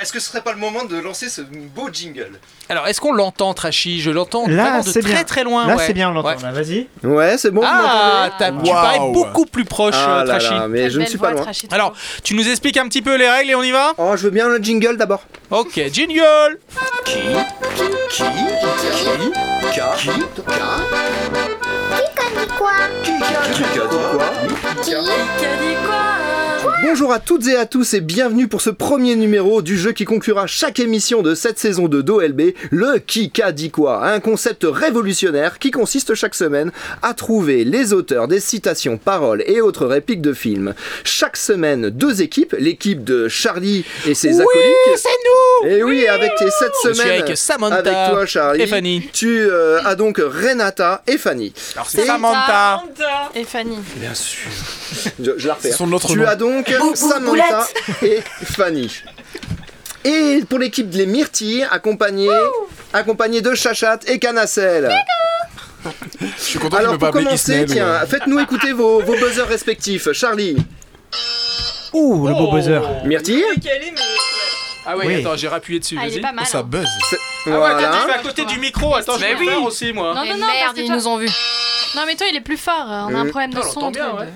Speaker 16: Est-ce que ce serait pas le moment de lancer ce beau jingle
Speaker 7: Alors, est-ce qu'on l'entend, Trashy Je l'entends
Speaker 4: Là,
Speaker 7: vraiment de
Speaker 4: c'est
Speaker 7: très
Speaker 4: bien.
Speaker 7: très loin.
Speaker 4: Là,
Speaker 7: ouais.
Speaker 4: c'est bien, on l'entend.
Speaker 7: Ouais.
Speaker 4: là, Vas-y.
Speaker 16: Ouais, c'est bon.
Speaker 7: Ah, t'as- tu parais beaucoup plus proche,
Speaker 16: Ah
Speaker 7: euh,
Speaker 16: là
Speaker 7: Trashy.
Speaker 16: là, mais Quelle je ne belle suis pas voix, loin. Trashy,
Speaker 7: Alors, tu nous expliques un petit peu les règles et on y va
Speaker 16: Oh, je veux bien le jingle d'abord.
Speaker 7: Ok, jingle
Speaker 16: Qui Qui Qui Ka Qui
Speaker 17: Bonjour à toutes et à tous et bienvenue pour ce premier numéro du jeu qui conclura chaque émission de cette saison de DoLB, le Kika dit quoi Un concept révolutionnaire qui consiste chaque semaine à trouver les auteurs des citations, paroles et autres répliques de films. Chaque semaine, deux équipes, l'équipe de Charlie et ses
Speaker 7: Oui,
Speaker 17: acolytes.
Speaker 7: c'est nous
Speaker 17: Et oui, avec tes cette
Speaker 7: Je
Speaker 17: semaine.
Speaker 7: suis avec Samantha
Speaker 17: avec toi, Charlie,
Speaker 7: et Fanny.
Speaker 17: Tu euh, as donc Renata et Fanny. Alors
Speaker 7: c'est Samantha.
Speaker 2: Et Fanny.
Speaker 17: Bien sûr. Ah. Je, je la repère.
Speaker 3: C'est son autre
Speaker 17: tu
Speaker 3: nom.
Speaker 17: as donc
Speaker 2: Boubou
Speaker 17: Samantha et Fanny. Et pour l'équipe des Myrtilles, accompagnée, accompagnée de Chachat et Canacel.
Speaker 3: Je suis content qu'il
Speaker 17: Alors
Speaker 3: m'ait
Speaker 17: pour
Speaker 3: pas appelé
Speaker 17: commencer,
Speaker 3: Ismaël ou,
Speaker 17: tiens,
Speaker 3: euh,
Speaker 17: faites-nous écouter vos, vos buzzers respectifs. Charlie.
Speaker 4: Ouh, le beau buzzer.
Speaker 3: Oh,
Speaker 17: Myrtille.
Speaker 7: Ah ouais,
Speaker 17: Oui.
Speaker 7: attends, j'ai rappuyé dessus,
Speaker 2: Ah, il est
Speaker 7: vas-y.
Speaker 2: pas mal, Oh, ça hein.
Speaker 17: buzz.
Speaker 7: Ah ouais, attends,
Speaker 17: Voilà.
Speaker 7: je suis à côté du micro, attends, je vais
Speaker 2: Mais
Speaker 7: le
Speaker 2: oui.
Speaker 7: faire aussi, moi.
Speaker 2: Non, non, non,
Speaker 6: merde,
Speaker 2: parce que
Speaker 6: ils
Speaker 2: toi-
Speaker 6: nous ont vus.
Speaker 2: Non, mais toi, il est plus fort. euh, On a un
Speaker 17: Mm.
Speaker 2: problème de
Speaker 17: Ah, on
Speaker 2: son.
Speaker 17: l'entend
Speaker 2: entre les deux.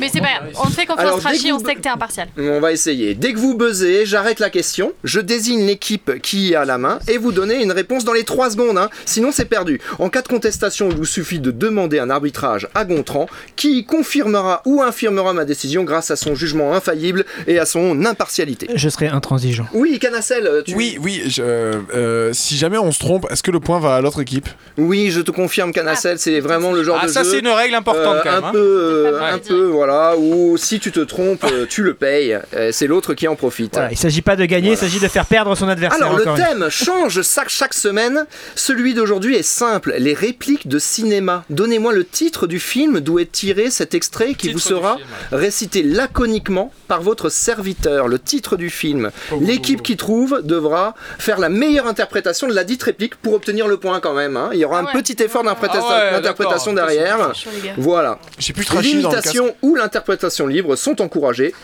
Speaker 2: Mais c'est pas grave. On te fait
Speaker 17: bah, Alors,
Speaker 2: confiance,
Speaker 17: dès que
Speaker 2: Trashy.
Speaker 17: vous-
Speaker 2: On sait que t'es impartial.
Speaker 17: On va essayer. Dès que vous buzzez, j'arrête la question, je désigne l'équipe qui a la main et vous donnez une réponse dans les 3 secondes, hein. sinon c'est perdu. En cas de contestation, il vous suffit de demander un arbitrage à Gontran qui confirmera ou infirmera ma décision grâce à son jugement infaillible et à son impartialité.
Speaker 4: Je serai intransigeant.
Speaker 17: Oui, Canacel, tu...
Speaker 3: Oui, oui, je- euh, si jamais on se trompe, est-ce que le point va à l'autre équipe
Speaker 17: Oui, je te confirme, Canacel, c'est vraiment le genre
Speaker 3: Ah,
Speaker 17: de
Speaker 3: ça,
Speaker 17: jeu,
Speaker 3: c'est une règle importante, quand même,
Speaker 17: Un
Speaker 3: hein.
Speaker 17: peu, euh,
Speaker 3: mal
Speaker 17: un peu, voilà, ou si tu te trompes, euh, tu le payes, euh, c'est l'autre qui en profite.
Speaker 4: Voilà, il s'agit pas de gagner, il s'agit de faire perdre son adversaire.
Speaker 17: Alors
Speaker 4: encore
Speaker 17: le
Speaker 4: une
Speaker 17: thème change chaque, chaque semaine. Celui d'aujourd'hui est simple, les répliques de cinéma. Donnez-moi le titre du film d'où est tiré cet extrait qui vous sera récité laconiquement par votre serviteur. Le titre du film. L'équipe qui trouve devra faire la meilleure interprétation de la dite réplique pour obtenir le point quand même. hein. Il y aura
Speaker 16: Ah
Speaker 17: un
Speaker 16: ouais.
Speaker 17: petit effort d'interprétation
Speaker 16: Ah ouais,
Speaker 17: d'interprétation
Speaker 16: d'accord.
Speaker 17: derrière.
Speaker 16: Attention, les gars.
Speaker 17: Voilà.
Speaker 3: J'ai plus trashy dans le
Speaker 17: L'imitation ou l'interprétation libre sont encouragées.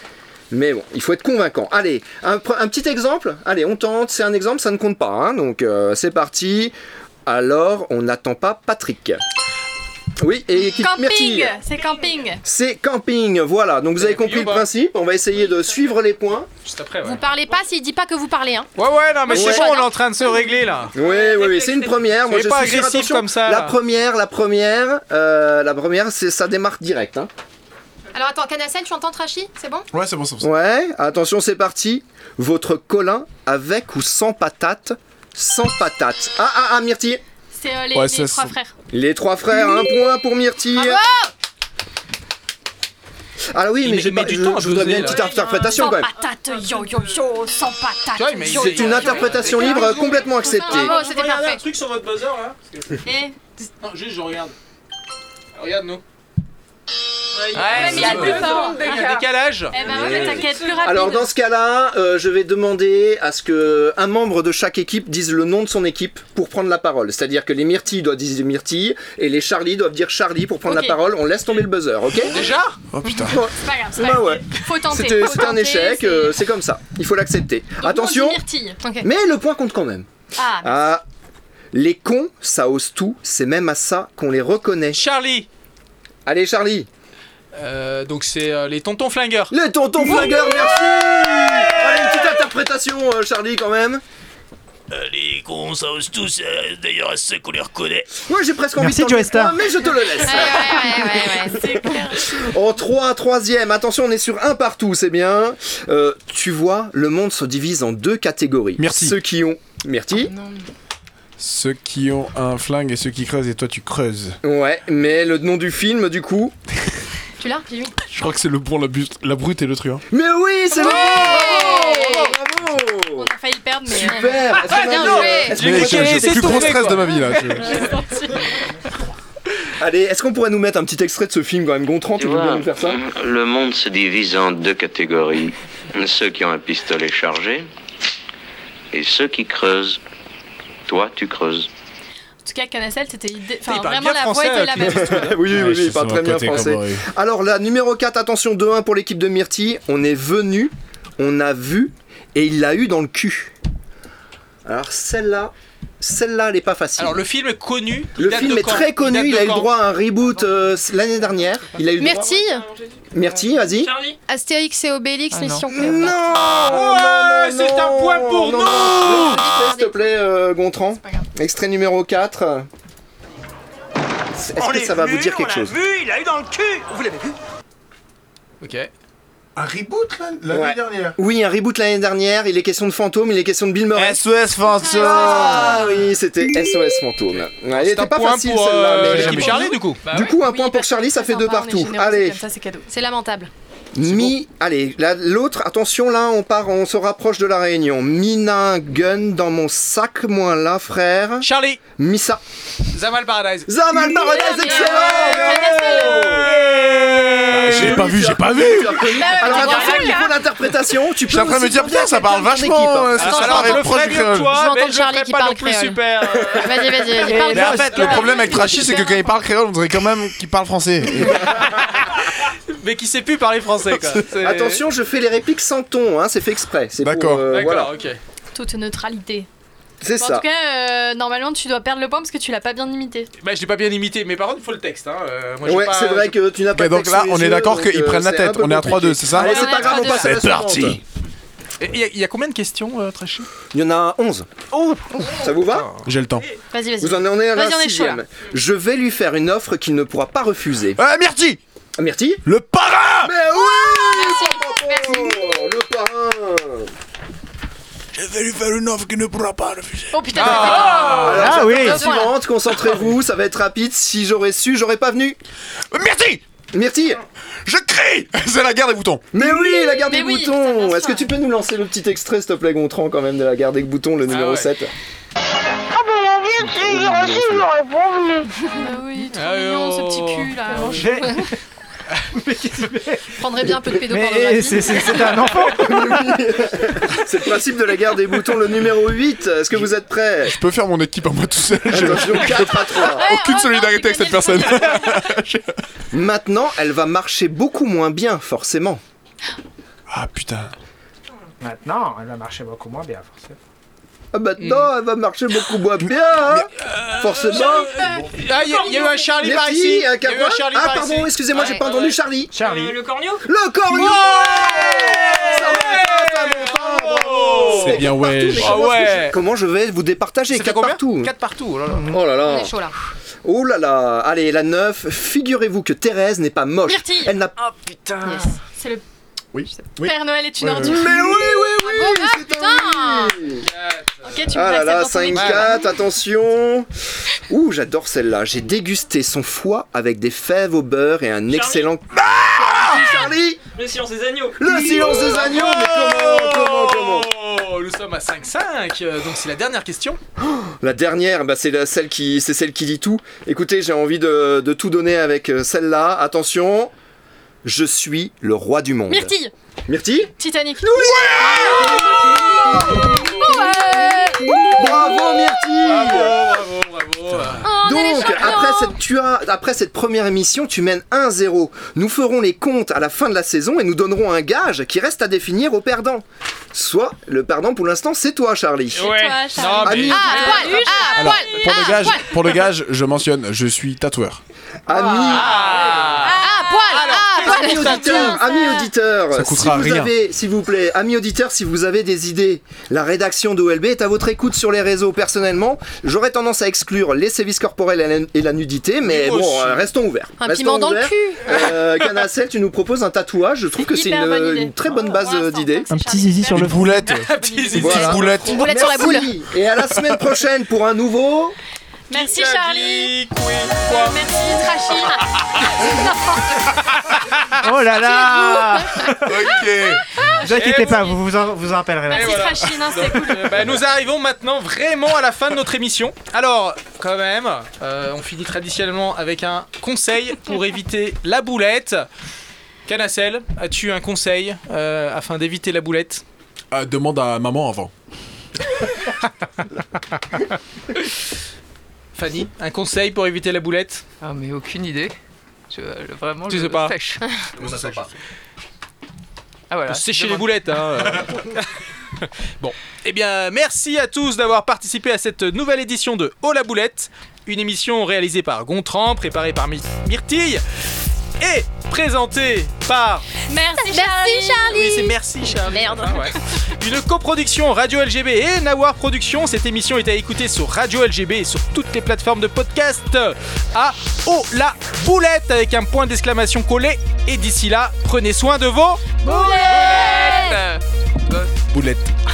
Speaker 17: Mais bon, il faut être convaincant. Allez, un, pre- un petit exemple. Allez, on tente, c'est un exemple, ça ne compte pas. hein. donc euh, c'est parti. Alors, on n'attend pas Patrick. Oui, et équipe
Speaker 2: Camping.
Speaker 17: Myrtille.
Speaker 2: C'est camping.
Speaker 17: C'est camping, voilà. Donc vous avez compris le principe. On va essayer de suivre les points.
Speaker 7: bah. Juste après,
Speaker 6: Vous parlez pas s'il dit pas que vous parlez, hein.
Speaker 7: Ouais, ouais, non, Ah, mais
Speaker 17: Ouais.
Speaker 7: c'est bon, on est en train de se régler là.
Speaker 17: Oui, oui, oui, c'est une première. Moi,
Speaker 7: Soyez
Speaker 17: je
Speaker 7: pas
Speaker 17: suis sûr,
Speaker 7: agressif
Speaker 17: attention,
Speaker 7: comme ça,
Speaker 17: La
Speaker 7: là.
Speaker 17: première, la première, euh, la première, c'est ça démarre direct. hein.
Speaker 6: Alors attends, Canacel, tu entends Trashy C'est bon
Speaker 3: Ouais, c'est bon, c'est bon.
Speaker 17: Ouais, attention, c'est parti. Votre colin avec ou sans patate Sans patate. Ah, ah, ah, Myrtille
Speaker 2: C'est euh, les,
Speaker 17: Ouais,
Speaker 2: les
Speaker 17: ça,
Speaker 2: trois
Speaker 17: c'est-
Speaker 2: frères.
Speaker 17: Les trois frères, un point pour Myrtille. Ah oui,
Speaker 7: Il
Speaker 17: mais
Speaker 7: met-
Speaker 17: j'ai
Speaker 7: il met
Speaker 17: pas-
Speaker 7: du
Speaker 17: je,
Speaker 7: temps à
Speaker 17: je voudrais
Speaker 7: buzzer,
Speaker 17: bien une
Speaker 7: là.
Speaker 17: petite interprétation
Speaker 2: Euh, Sans
Speaker 17: quand même.
Speaker 2: patate, yo yo yo, sans
Speaker 17: Tu vois,
Speaker 2: patate.
Speaker 17: mais
Speaker 2: yo,
Speaker 17: c'est
Speaker 2: yo,
Speaker 17: une
Speaker 2: yo.
Speaker 17: interprétation libre euh, complètement acceptée.
Speaker 2: Bravo, c'était
Speaker 7: Regardez
Speaker 2: parfait.
Speaker 7: un truc sur votre buzzer là.
Speaker 2: Et
Speaker 7: Non, juste je regarde. Regarde-nous. Ouais,
Speaker 2: mais il est plus fort.
Speaker 7: Un décalage.
Speaker 2: Eh ben ouais, mais t'inquiète, plus rapide.
Speaker 17: Alors dans ce cas-là, euh, je vais demander à ce que un membre de chaque équipe dise le nom de son équipe pour prendre la parole. C'est-à-dire que les Myrtilles doivent dire Myrtilles et les Charlie doivent dire Charlie pour prendre
Speaker 2: Ok.
Speaker 17: la parole. On laisse tomber le buzzer, ok
Speaker 7: Déjà
Speaker 17: Oh putain.
Speaker 2: C'est pas grave, c'est
Speaker 17: Bah
Speaker 2: pas grave.
Speaker 17: ouais.
Speaker 2: Faut tenter.
Speaker 17: C'était
Speaker 2: faut
Speaker 17: c'était un
Speaker 2: tenter,
Speaker 17: échec,
Speaker 2: c'est-
Speaker 17: euh, c'est comme ça. Il faut l'accepter.
Speaker 2: Donc,
Speaker 17: Attention.
Speaker 2: on dit myrtille. Ok.
Speaker 17: Mais le point compte quand même.
Speaker 2: Ah,
Speaker 17: Ah, les cons, ça ose tout. C'est même à ça qu'on les reconnaît.
Speaker 7: Charlie.
Speaker 17: Allez Charlie.
Speaker 7: Euh, donc c'est euh, les tontons flingueurs.
Speaker 17: Les tontons flingueurs, merci. Allez une petite interprétation, euh, Charlie quand même.
Speaker 5: Les cons, ça ose tous, euh, d'ailleurs, à ceux qu'on les reconnaît.
Speaker 17: Moi j'ai presque envie
Speaker 5: Merci,
Speaker 17: de t'enlever
Speaker 5: Joe
Speaker 17: le
Speaker 5: Star.
Speaker 17: point, mais je te le laisse. En 3 troisième, attention, on est sur un partout, c'est bien. Euh, tu vois, le monde se divise en deux catégories. Merci. Ceux qui ont. Merci.
Speaker 3: Ceux qui ont un flingue et ceux qui creusent, et toi tu creuses.
Speaker 17: ouais, mais le nom du film, du coup.
Speaker 6: Tu l'as J'ai vu.
Speaker 3: Je crois que c'est le bon, la, buste- la brute et le truand.
Speaker 17: Mais oui, c'est le
Speaker 2: Bravo,
Speaker 17: On
Speaker 2: a failli le perdre, mais. euh,
Speaker 17: Super Est-ce qu'on a-
Speaker 2: Bien joué
Speaker 17: est-ce qu'on a-
Speaker 3: Mais j'ai- j'ai le plus gros stress de ma vie là. tu vois.
Speaker 17: Allez, est-ce qu'on pourrait nous mettre un petit extrait de ce film quand même Gontran, tu, veux bien nous faire ça
Speaker 18: Le monde se divise en deux catégories. Ceux qui ont un pistolet chargé et ceux qui creusent. Toi, tu creuses.
Speaker 2: En tout cas, Canacel, c'était idée.
Speaker 1: Il
Speaker 2: Enfin,
Speaker 1: parle
Speaker 2: vraiment,
Speaker 1: bien
Speaker 2: la voix
Speaker 1: français,
Speaker 2: était la même.
Speaker 17: oui, oui,
Speaker 1: Ouais,
Speaker 17: oui,
Speaker 1: je
Speaker 17: il parle
Speaker 1: sais,
Speaker 17: très bien
Speaker 1: côté
Speaker 17: français.
Speaker 1: cowboy.
Speaker 17: Alors, la numéro 4, attention, 2-1 pour l'équipe de Myrtille. On est venu, on a vu, et il l'a eu dans le cul. Alors, celle-là, celle-là, elle est pas facile.
Speaker 1: Alors le film est connu. il
Speaker 17: Le
Speaker 1: date
Speaker 17: film
Speaker 1: de
Speaker 17: est
Speaker 1: quand
Speaker 17: très connu,
Speaker 1: date
Speaker 17: il,
Speaker 1: de
Speaker 17: a eu le
Speaker 1: quand
Speaker 17: droit à un reboot euh, l'année dernière. Il a eu le droit-
Speaker 6: Myrtille
Speaker 17: Myrtille, vas-y.
Speaker 6: Astérix et Obélix,
Speaker 17: Ah, non.
Speaker 6: Mission
Speaker 17: Non,
Speaker 1: c'est un point pour
Speaker 17: non,
Speaker 1: nous
Speaker 17: S'il te plaît, euh, Gontran. Extrait numéro 4. Est-ce
Speaker 5: On
Speaker 17: que
Speaker 5: est
Speaker 17: ça va vous
Speaker 5: venu,
Speaker 17: dire quelque
Speaker 5: on l'a
Speaker 17: chose
Speaker 5: vu, il a eu dans le cul Vous l'avez vu
Speaker 1: Ok.
Speaker 3: Un reboot là, l'année
Speaker 17: Ouais.
Speaker 3: dernière.
Speaker 17: Oui, un reboot l'année dernière. Il est question de fantôme, il est question de Bill Murray. SOS fantôme. Ah oui, c'était SOS fantôme. Ouais, il
Speaker 1: C'est
Speaker 17: était
Speaker 1: un
Speaker 17: pas
Speaker 1: point
Speaker 17: facile
Speaker 1: pour,
Speaker 17: celle-là.
Speaker 1: euh,
Speaker 17: mais-
Speaker 1: l'équipe Charlie, du coup. Bah
Speaker 17: Du coup, un point pour Charlie, ça fait deux partout. Allez,
Speaker 6: C'est lamentable.
Speaker 17: Mi, allez, la- l'autre, attention là, on part, on se rapproche de la réunion. Mina gun dans mon sac, moi là, frère.
Speaker 1: Charlie.
Speaker 17: Missa.
Speaker 1: Zamal Paradise.
Speaker 17: Zamal Paradise, excellent
Speaker 3: J'ai pas vu, j'ai pas vu.
Speaker 2: Ah,
Speaker 6: Ah,
Speaker 17: Alors attention, il
Speaker 2: hein.
Speaker 17: faut l'interprétation. Tu
Speaker 3: Je suis
Speaker 17: peux.
Speaker 3: en train de
Speaker 17: aussi
Speaker 3: me dire,
Speaker 17: demander
Speaker 3: putain,
Speaker 17: à
Speaker 3: ça parle
Speaker 17: quelqu'un hein. de ton
Speaker 3: vachement,
Speaker 17: équipe.
Speaker 3: euh, ça Attends, parle je le proche ferai du mieux que créole. toi,
Speaker 6: Je vais
Speaker 3: mais
Speaker 6: entendre
Speaker 3: je
Speaker 6: Charlie qui
Speaker 3: pas
Speaker 6: parle
Speaker 3: non plus
Speaker 6: créole.
Speaker 3: super, euh.
Speaker 6: Vas-y, vas-y, vas-y, parle
Speaker 3: Mais en fait, le
Speaker 6: créole.
Speaker 3: problème avec Trashy, c'est que quand il parle créole, on dirait quand même qu'il parle français.
Speaker 1: Mais qui sait plus parler français quoi. C'est-
Speaker 17: Attention, je fais les répliques sans ton, hein, c'est fait exprès. C'est D'accord. euh,
Speaker 1: D'accord,
Speaker 17: voilà.
Speaker 1: ok.
Speaker 2: Toute neutralité.
Speaker 17: C'est
Speaker 2: Bon, En
Speaker 17: ça.
Speaker 2: tout cas, euh, normalement, tu dois perdre le point parce que tu l'as pas bien imité.
Speaker 1: Bah, je l'ai pas bien imité, mais par contre, il faut le texte. Hein. Euh, moi, j'ai
Speaker 17: Ouais,
Speaker 1: pas-
Speaker 17: c'est vrai que tu n'as pas
Speaker 3: Ok,
Speaker 17: de
Speaker 3: donc
Speaker 17: texte
Speaker 3: là,
Speaker 17: sous les
Speaker 3: on est
Speaker 17: yeux,
Speaker 3: d'accord
Speaker 17: donc,
Speaker 3: qu'ils
Speaker 17: euh,
Speaker 3: prennent la
Speaker 17: c'est
Speaker 3: tête.
Speaker 17: un peu
Speaker 3: On est à
Speaker 17: compliqué.
Speaker 3: 3-2, c'est ça
Speaker 17: Allez,
Speaker 3: On
Speaker 17: c'est
Speaker 3: est
Speaker 17: pas
Speaker 3: à
Speaker 17: grave, on
Speaker 3: 3-2.
Speaker 17: passe à la
Speaker 3: C'est parti.
Speaker 17: suivante.
Speaker 1: Et Il y, a- il y a combien de questions, euh, Trashy
Speaker 17: Il y en a 11.
Speaker 1: Oh
Speaker 17: Ça vous va
Speaker 3: Ah, J'ai le temps.
Speaker 2: Vas-y, vas-y.
Speaker 17: Vous en êtes à
Speaker 2: Vas-y,
Speaker 17: la
Speaker 2: on est chaud, là.
Speaker 17: sixième. Je vais lui faire une offre qu'il ne pourra pas refuser.
Speaker 3: Euh, Myrtille
Speaker 17: Myrtille
Speaker 3: Le parrain
Speaker 17: Ah, Mais oui
Speaker 6: Merci.
Speaker 17: Oh, Le parrain
Speaker 3: Je vais lui faire une offre qu'il ne pourra pas refuser.
Speaker 6: Oh putain,
Speaker 17: Ah, Alors,
Speaker 6: Ah
Speaker 17: j'attends
Speaker 6: oui.
Speaker 17: la suivante, concentrez-vous, ça va être rapide. Si j'aurais su, j'aurais pas venu.
Speaker 3: Myrtille
Speaker 17: Myrtille
Speaker 3: Je crie C'est la guerre des boutons.
Speaker 17: Mais oui, la garde des boutons Est-ce que tu peux nous lancer le petit extrait, s'il te plaît, Gontran, quand même, de la garde des boutons, le numéro
Speaker 1: ouais.
Speaker 17: 7
Speaker 11: Ah ben la vie, si j'aurais su, j'aurais pas voulu.
Speaker 2: Ah oui, trop
Speaker 1: Ah,
Speaker 2: mignon
Speaker 1: oh.
Speaker 2: ce petit cul là.
Speaker 1: J'ai-
Speaker 6: Je prendrais bien un peu de
Speaker 4: Mais c'est- c'est c'est un enfant
Speaker 17: C'est le principe de la garde des boutons, le numéro 8. Est-ce que vous êtes prêts
Speaker 3: Je peux faire mon équipe à moi tout seul. J'ai
Speaker 17: Attention, 4 à 3.
Speaker 3: aucune solidarité avec cette personne.
Speaker 17: Maintenant, elle va marcher beaucoup moins bien, forcément.
Speaker 3: Ah putain.
Speaker 19: Maintenant, elle va marcher beaucoup moins bien, forcément.
Speaker 17: Ah, maintenant, elle va marcher beaucoup moins bien, hein Forcément
Speaker 1: euh, Ah, il y, a- il y a eu un Charlie par
Speaker 17: Merci,
Speaker 1: ici.
Speaker 17: euh,
Speaker 1: Il y a eu
Speaker 17: Capra.
Speaker 1: un Charlie
Speaker 17: Ah,
Speaker 1: par ici.
Speaker 17: pardon, excusez-moi, j'ai pas entendu Charlie.
Speaker 19: Charlie.
Speaker 5: Le corneau
Speaker 17: Le corneau Ça
Speaker 1: Oh.
Speaker 3: C'est bien ouais.
Speaker 17: Mais
Speaker 1: Ah
Speaker 17: comment, est-ce que
Speaker 1: ouais.
Speaker 17: je- comment je vais vous départager
Speaker 1: Ça fait
Speaker 17: 4
Speaker 1: combien
Speaker 17: partout
Speaker 1: 4 partout. oh là là.
Speaker 17: Oh là là
Speaker 6: On est chaud là.
Speaker 17: Oh là là Allez, la 9, figurez-vous que Thérèse n'est pas moche.
Speaker 2: Myrtille.
Speaker 17: Elle n'a
Speaker 5: Oh putain
Speaker 6: Yes.
Speaker 2: C'est le
Speaker 3: Oui.
Speaker 2: Père Noël est une
Speaker 3: Ouais,
Speaker 2: ordure.
Speaker 3: ouais.
Speaker 17: Mais oui, oui, oui
Speaker 2: Ah putain Ok, tu me
Speaker 17: Ah là
Speaker 2: places
Speaker 17: là,
Speaker 2: dans ton
Speaker 17: 5-4, attention Ouh, j'adore celle-là. J'ai dégusté son foie avec des fèves au beurre et un excellent... Ah Charlie
Speaker 5: Le silence des agneaux
Speaker 17: Le silence des agneaux Mais comment, comment, comment
Speaker 1: Oh, Nous sommes à 5-5, euh, donc c'est la dernière question.
Speaker 17: La dernière, bah, c'est la- celle qui, c'est celle qui dit tout. Écoutez, j'ai envie de, de tout donner avec euh, celle-là. Attention, je suis le roi du monde.
Speaker 2: Myrtille
Speaker 17: Myrtille
Speaker 2: Titanic
Speaker 17: ah Bravo Myrtille
Speaker 1: Bravo, bravo, bravo.
Speaker 17: Donc, après cette, tu as, après cette première émission, tu mènes 1-0. Nous ferons les comptes à la fin de la saison et nous donnerons un gage qui reste à définir au perdant. Soit, le perdant pour l'instant, c'est toi, Charlie.
Speaker 2: Toi, Charles.
Speaker 1: Non, mais-
Speaker 17: Ami,
Speaker 6: Ah, poil Ah,
Speaker 3: Alors,
Speaker 6: poil
Speaker 3: pour le
Speaker 6: Ah,
Speaker 3: gage,
Speaker 6: poil
Speaker 3: pour le gage, je mentionne, je suis tatoueur.
Speaker 17: ami,
Speaker 6: Ah, poil Ah, poil
Speaker 17: Amis auditeurs, amis auditeurs,
Speaker 3: Ça coûtera
Speaker 17: si vous
Speaker 3: rien.
Speaker 17: avez, s'il vous plaît, amis auditeurs, si vous avez des idées, la rédaction d'OLB est à votre écoute sur les réseaux. Personnellement, j'aurais tendance à exclure les sévices corporels et la, et la nudité, mais
Speaker 1: Moi
Speaker 17: bon,
Speaker 1: aussi.
Speaker 17: euh, restons ouverts.
Speaker 6: Un
Speaker 17: Restons
Speaker 6: piment dans le
Speaker 17: ouverts.
Speaker 6: cul
Speaker 17: Euh, Canacel, tu nous proposes un tatouage. Je trouve que c'est
Speaker 2: hyper
Speaker 17: une,
Speaker 2: bonne idée.
Speaker 17: une très
Speaker 6: Oh,
Speaker 17: bonne base euh, d'idées.
Speaker 19: Un petit zizi sur le
Speaker 3: Une
Speaker 19: front.
Speaker 3: boulette.
Speaker 1: Petit zizi.
Speaker 3: Une petite boulette.
Speaker 6: Boulette sur la boule
Speaker 17: Merci. Et à la semaine prochaine pour un nouveau.
Speaker 2: Merci Charlie. Merci Trachy.
Speaker 4: Oh là là
Speaker 1: Ok.
Speaker 4: Ne vous inquiétez pas, vous vous en, vous en rappellerez.
Speaker 1: Et voilà. Donc, euh, bah, nous arrivons maintenant vraiment à la fin de notre émission. Alors, quand même, euh, on finit traditionnellement avec un conseil pour éviter la boulette. Canacel, as-tu un conseil euh, afin d'éviter la boulette
Speaker 3: Euh, demande à maman avant.
Speaker 1: Fanny, un conseil pour éviter la boulette
Speaker 13: Ah, mais aucune idée. Je, je- vraiment,
Speaker 1: Tu
Speaker 13: je
Speaker 1: sais pas.
Speaker 13: sèche.
Speaker 1: Comment ça sèche
Speaker 13: Ah, voilà.
Speaker 1: Faut sécher
Speaker 13: Demande-
Speaker 1: les boulettes. hein, euh. bon, eh bien, merci à tous d'avoir participé à cette nouvelle édition de Oh la boulette, une émission réalisée par Gontran, préparée par My- Myrtille et présentée par
Speaker 2: Merci Charlie.
Speaker 1: Oui, c'est merci Charlie. Ah Merde. une coproduction Radio LGB et Nawar Productions. Cette émission est à écouter sur Radio LGB et sur toutes les plateformes de podcast à Oh la boulette avec un point d'exclamation collé. Et d'ici là, prenez soin de vos
Speaker 11: Boulettes
Speaker 1: boulettes.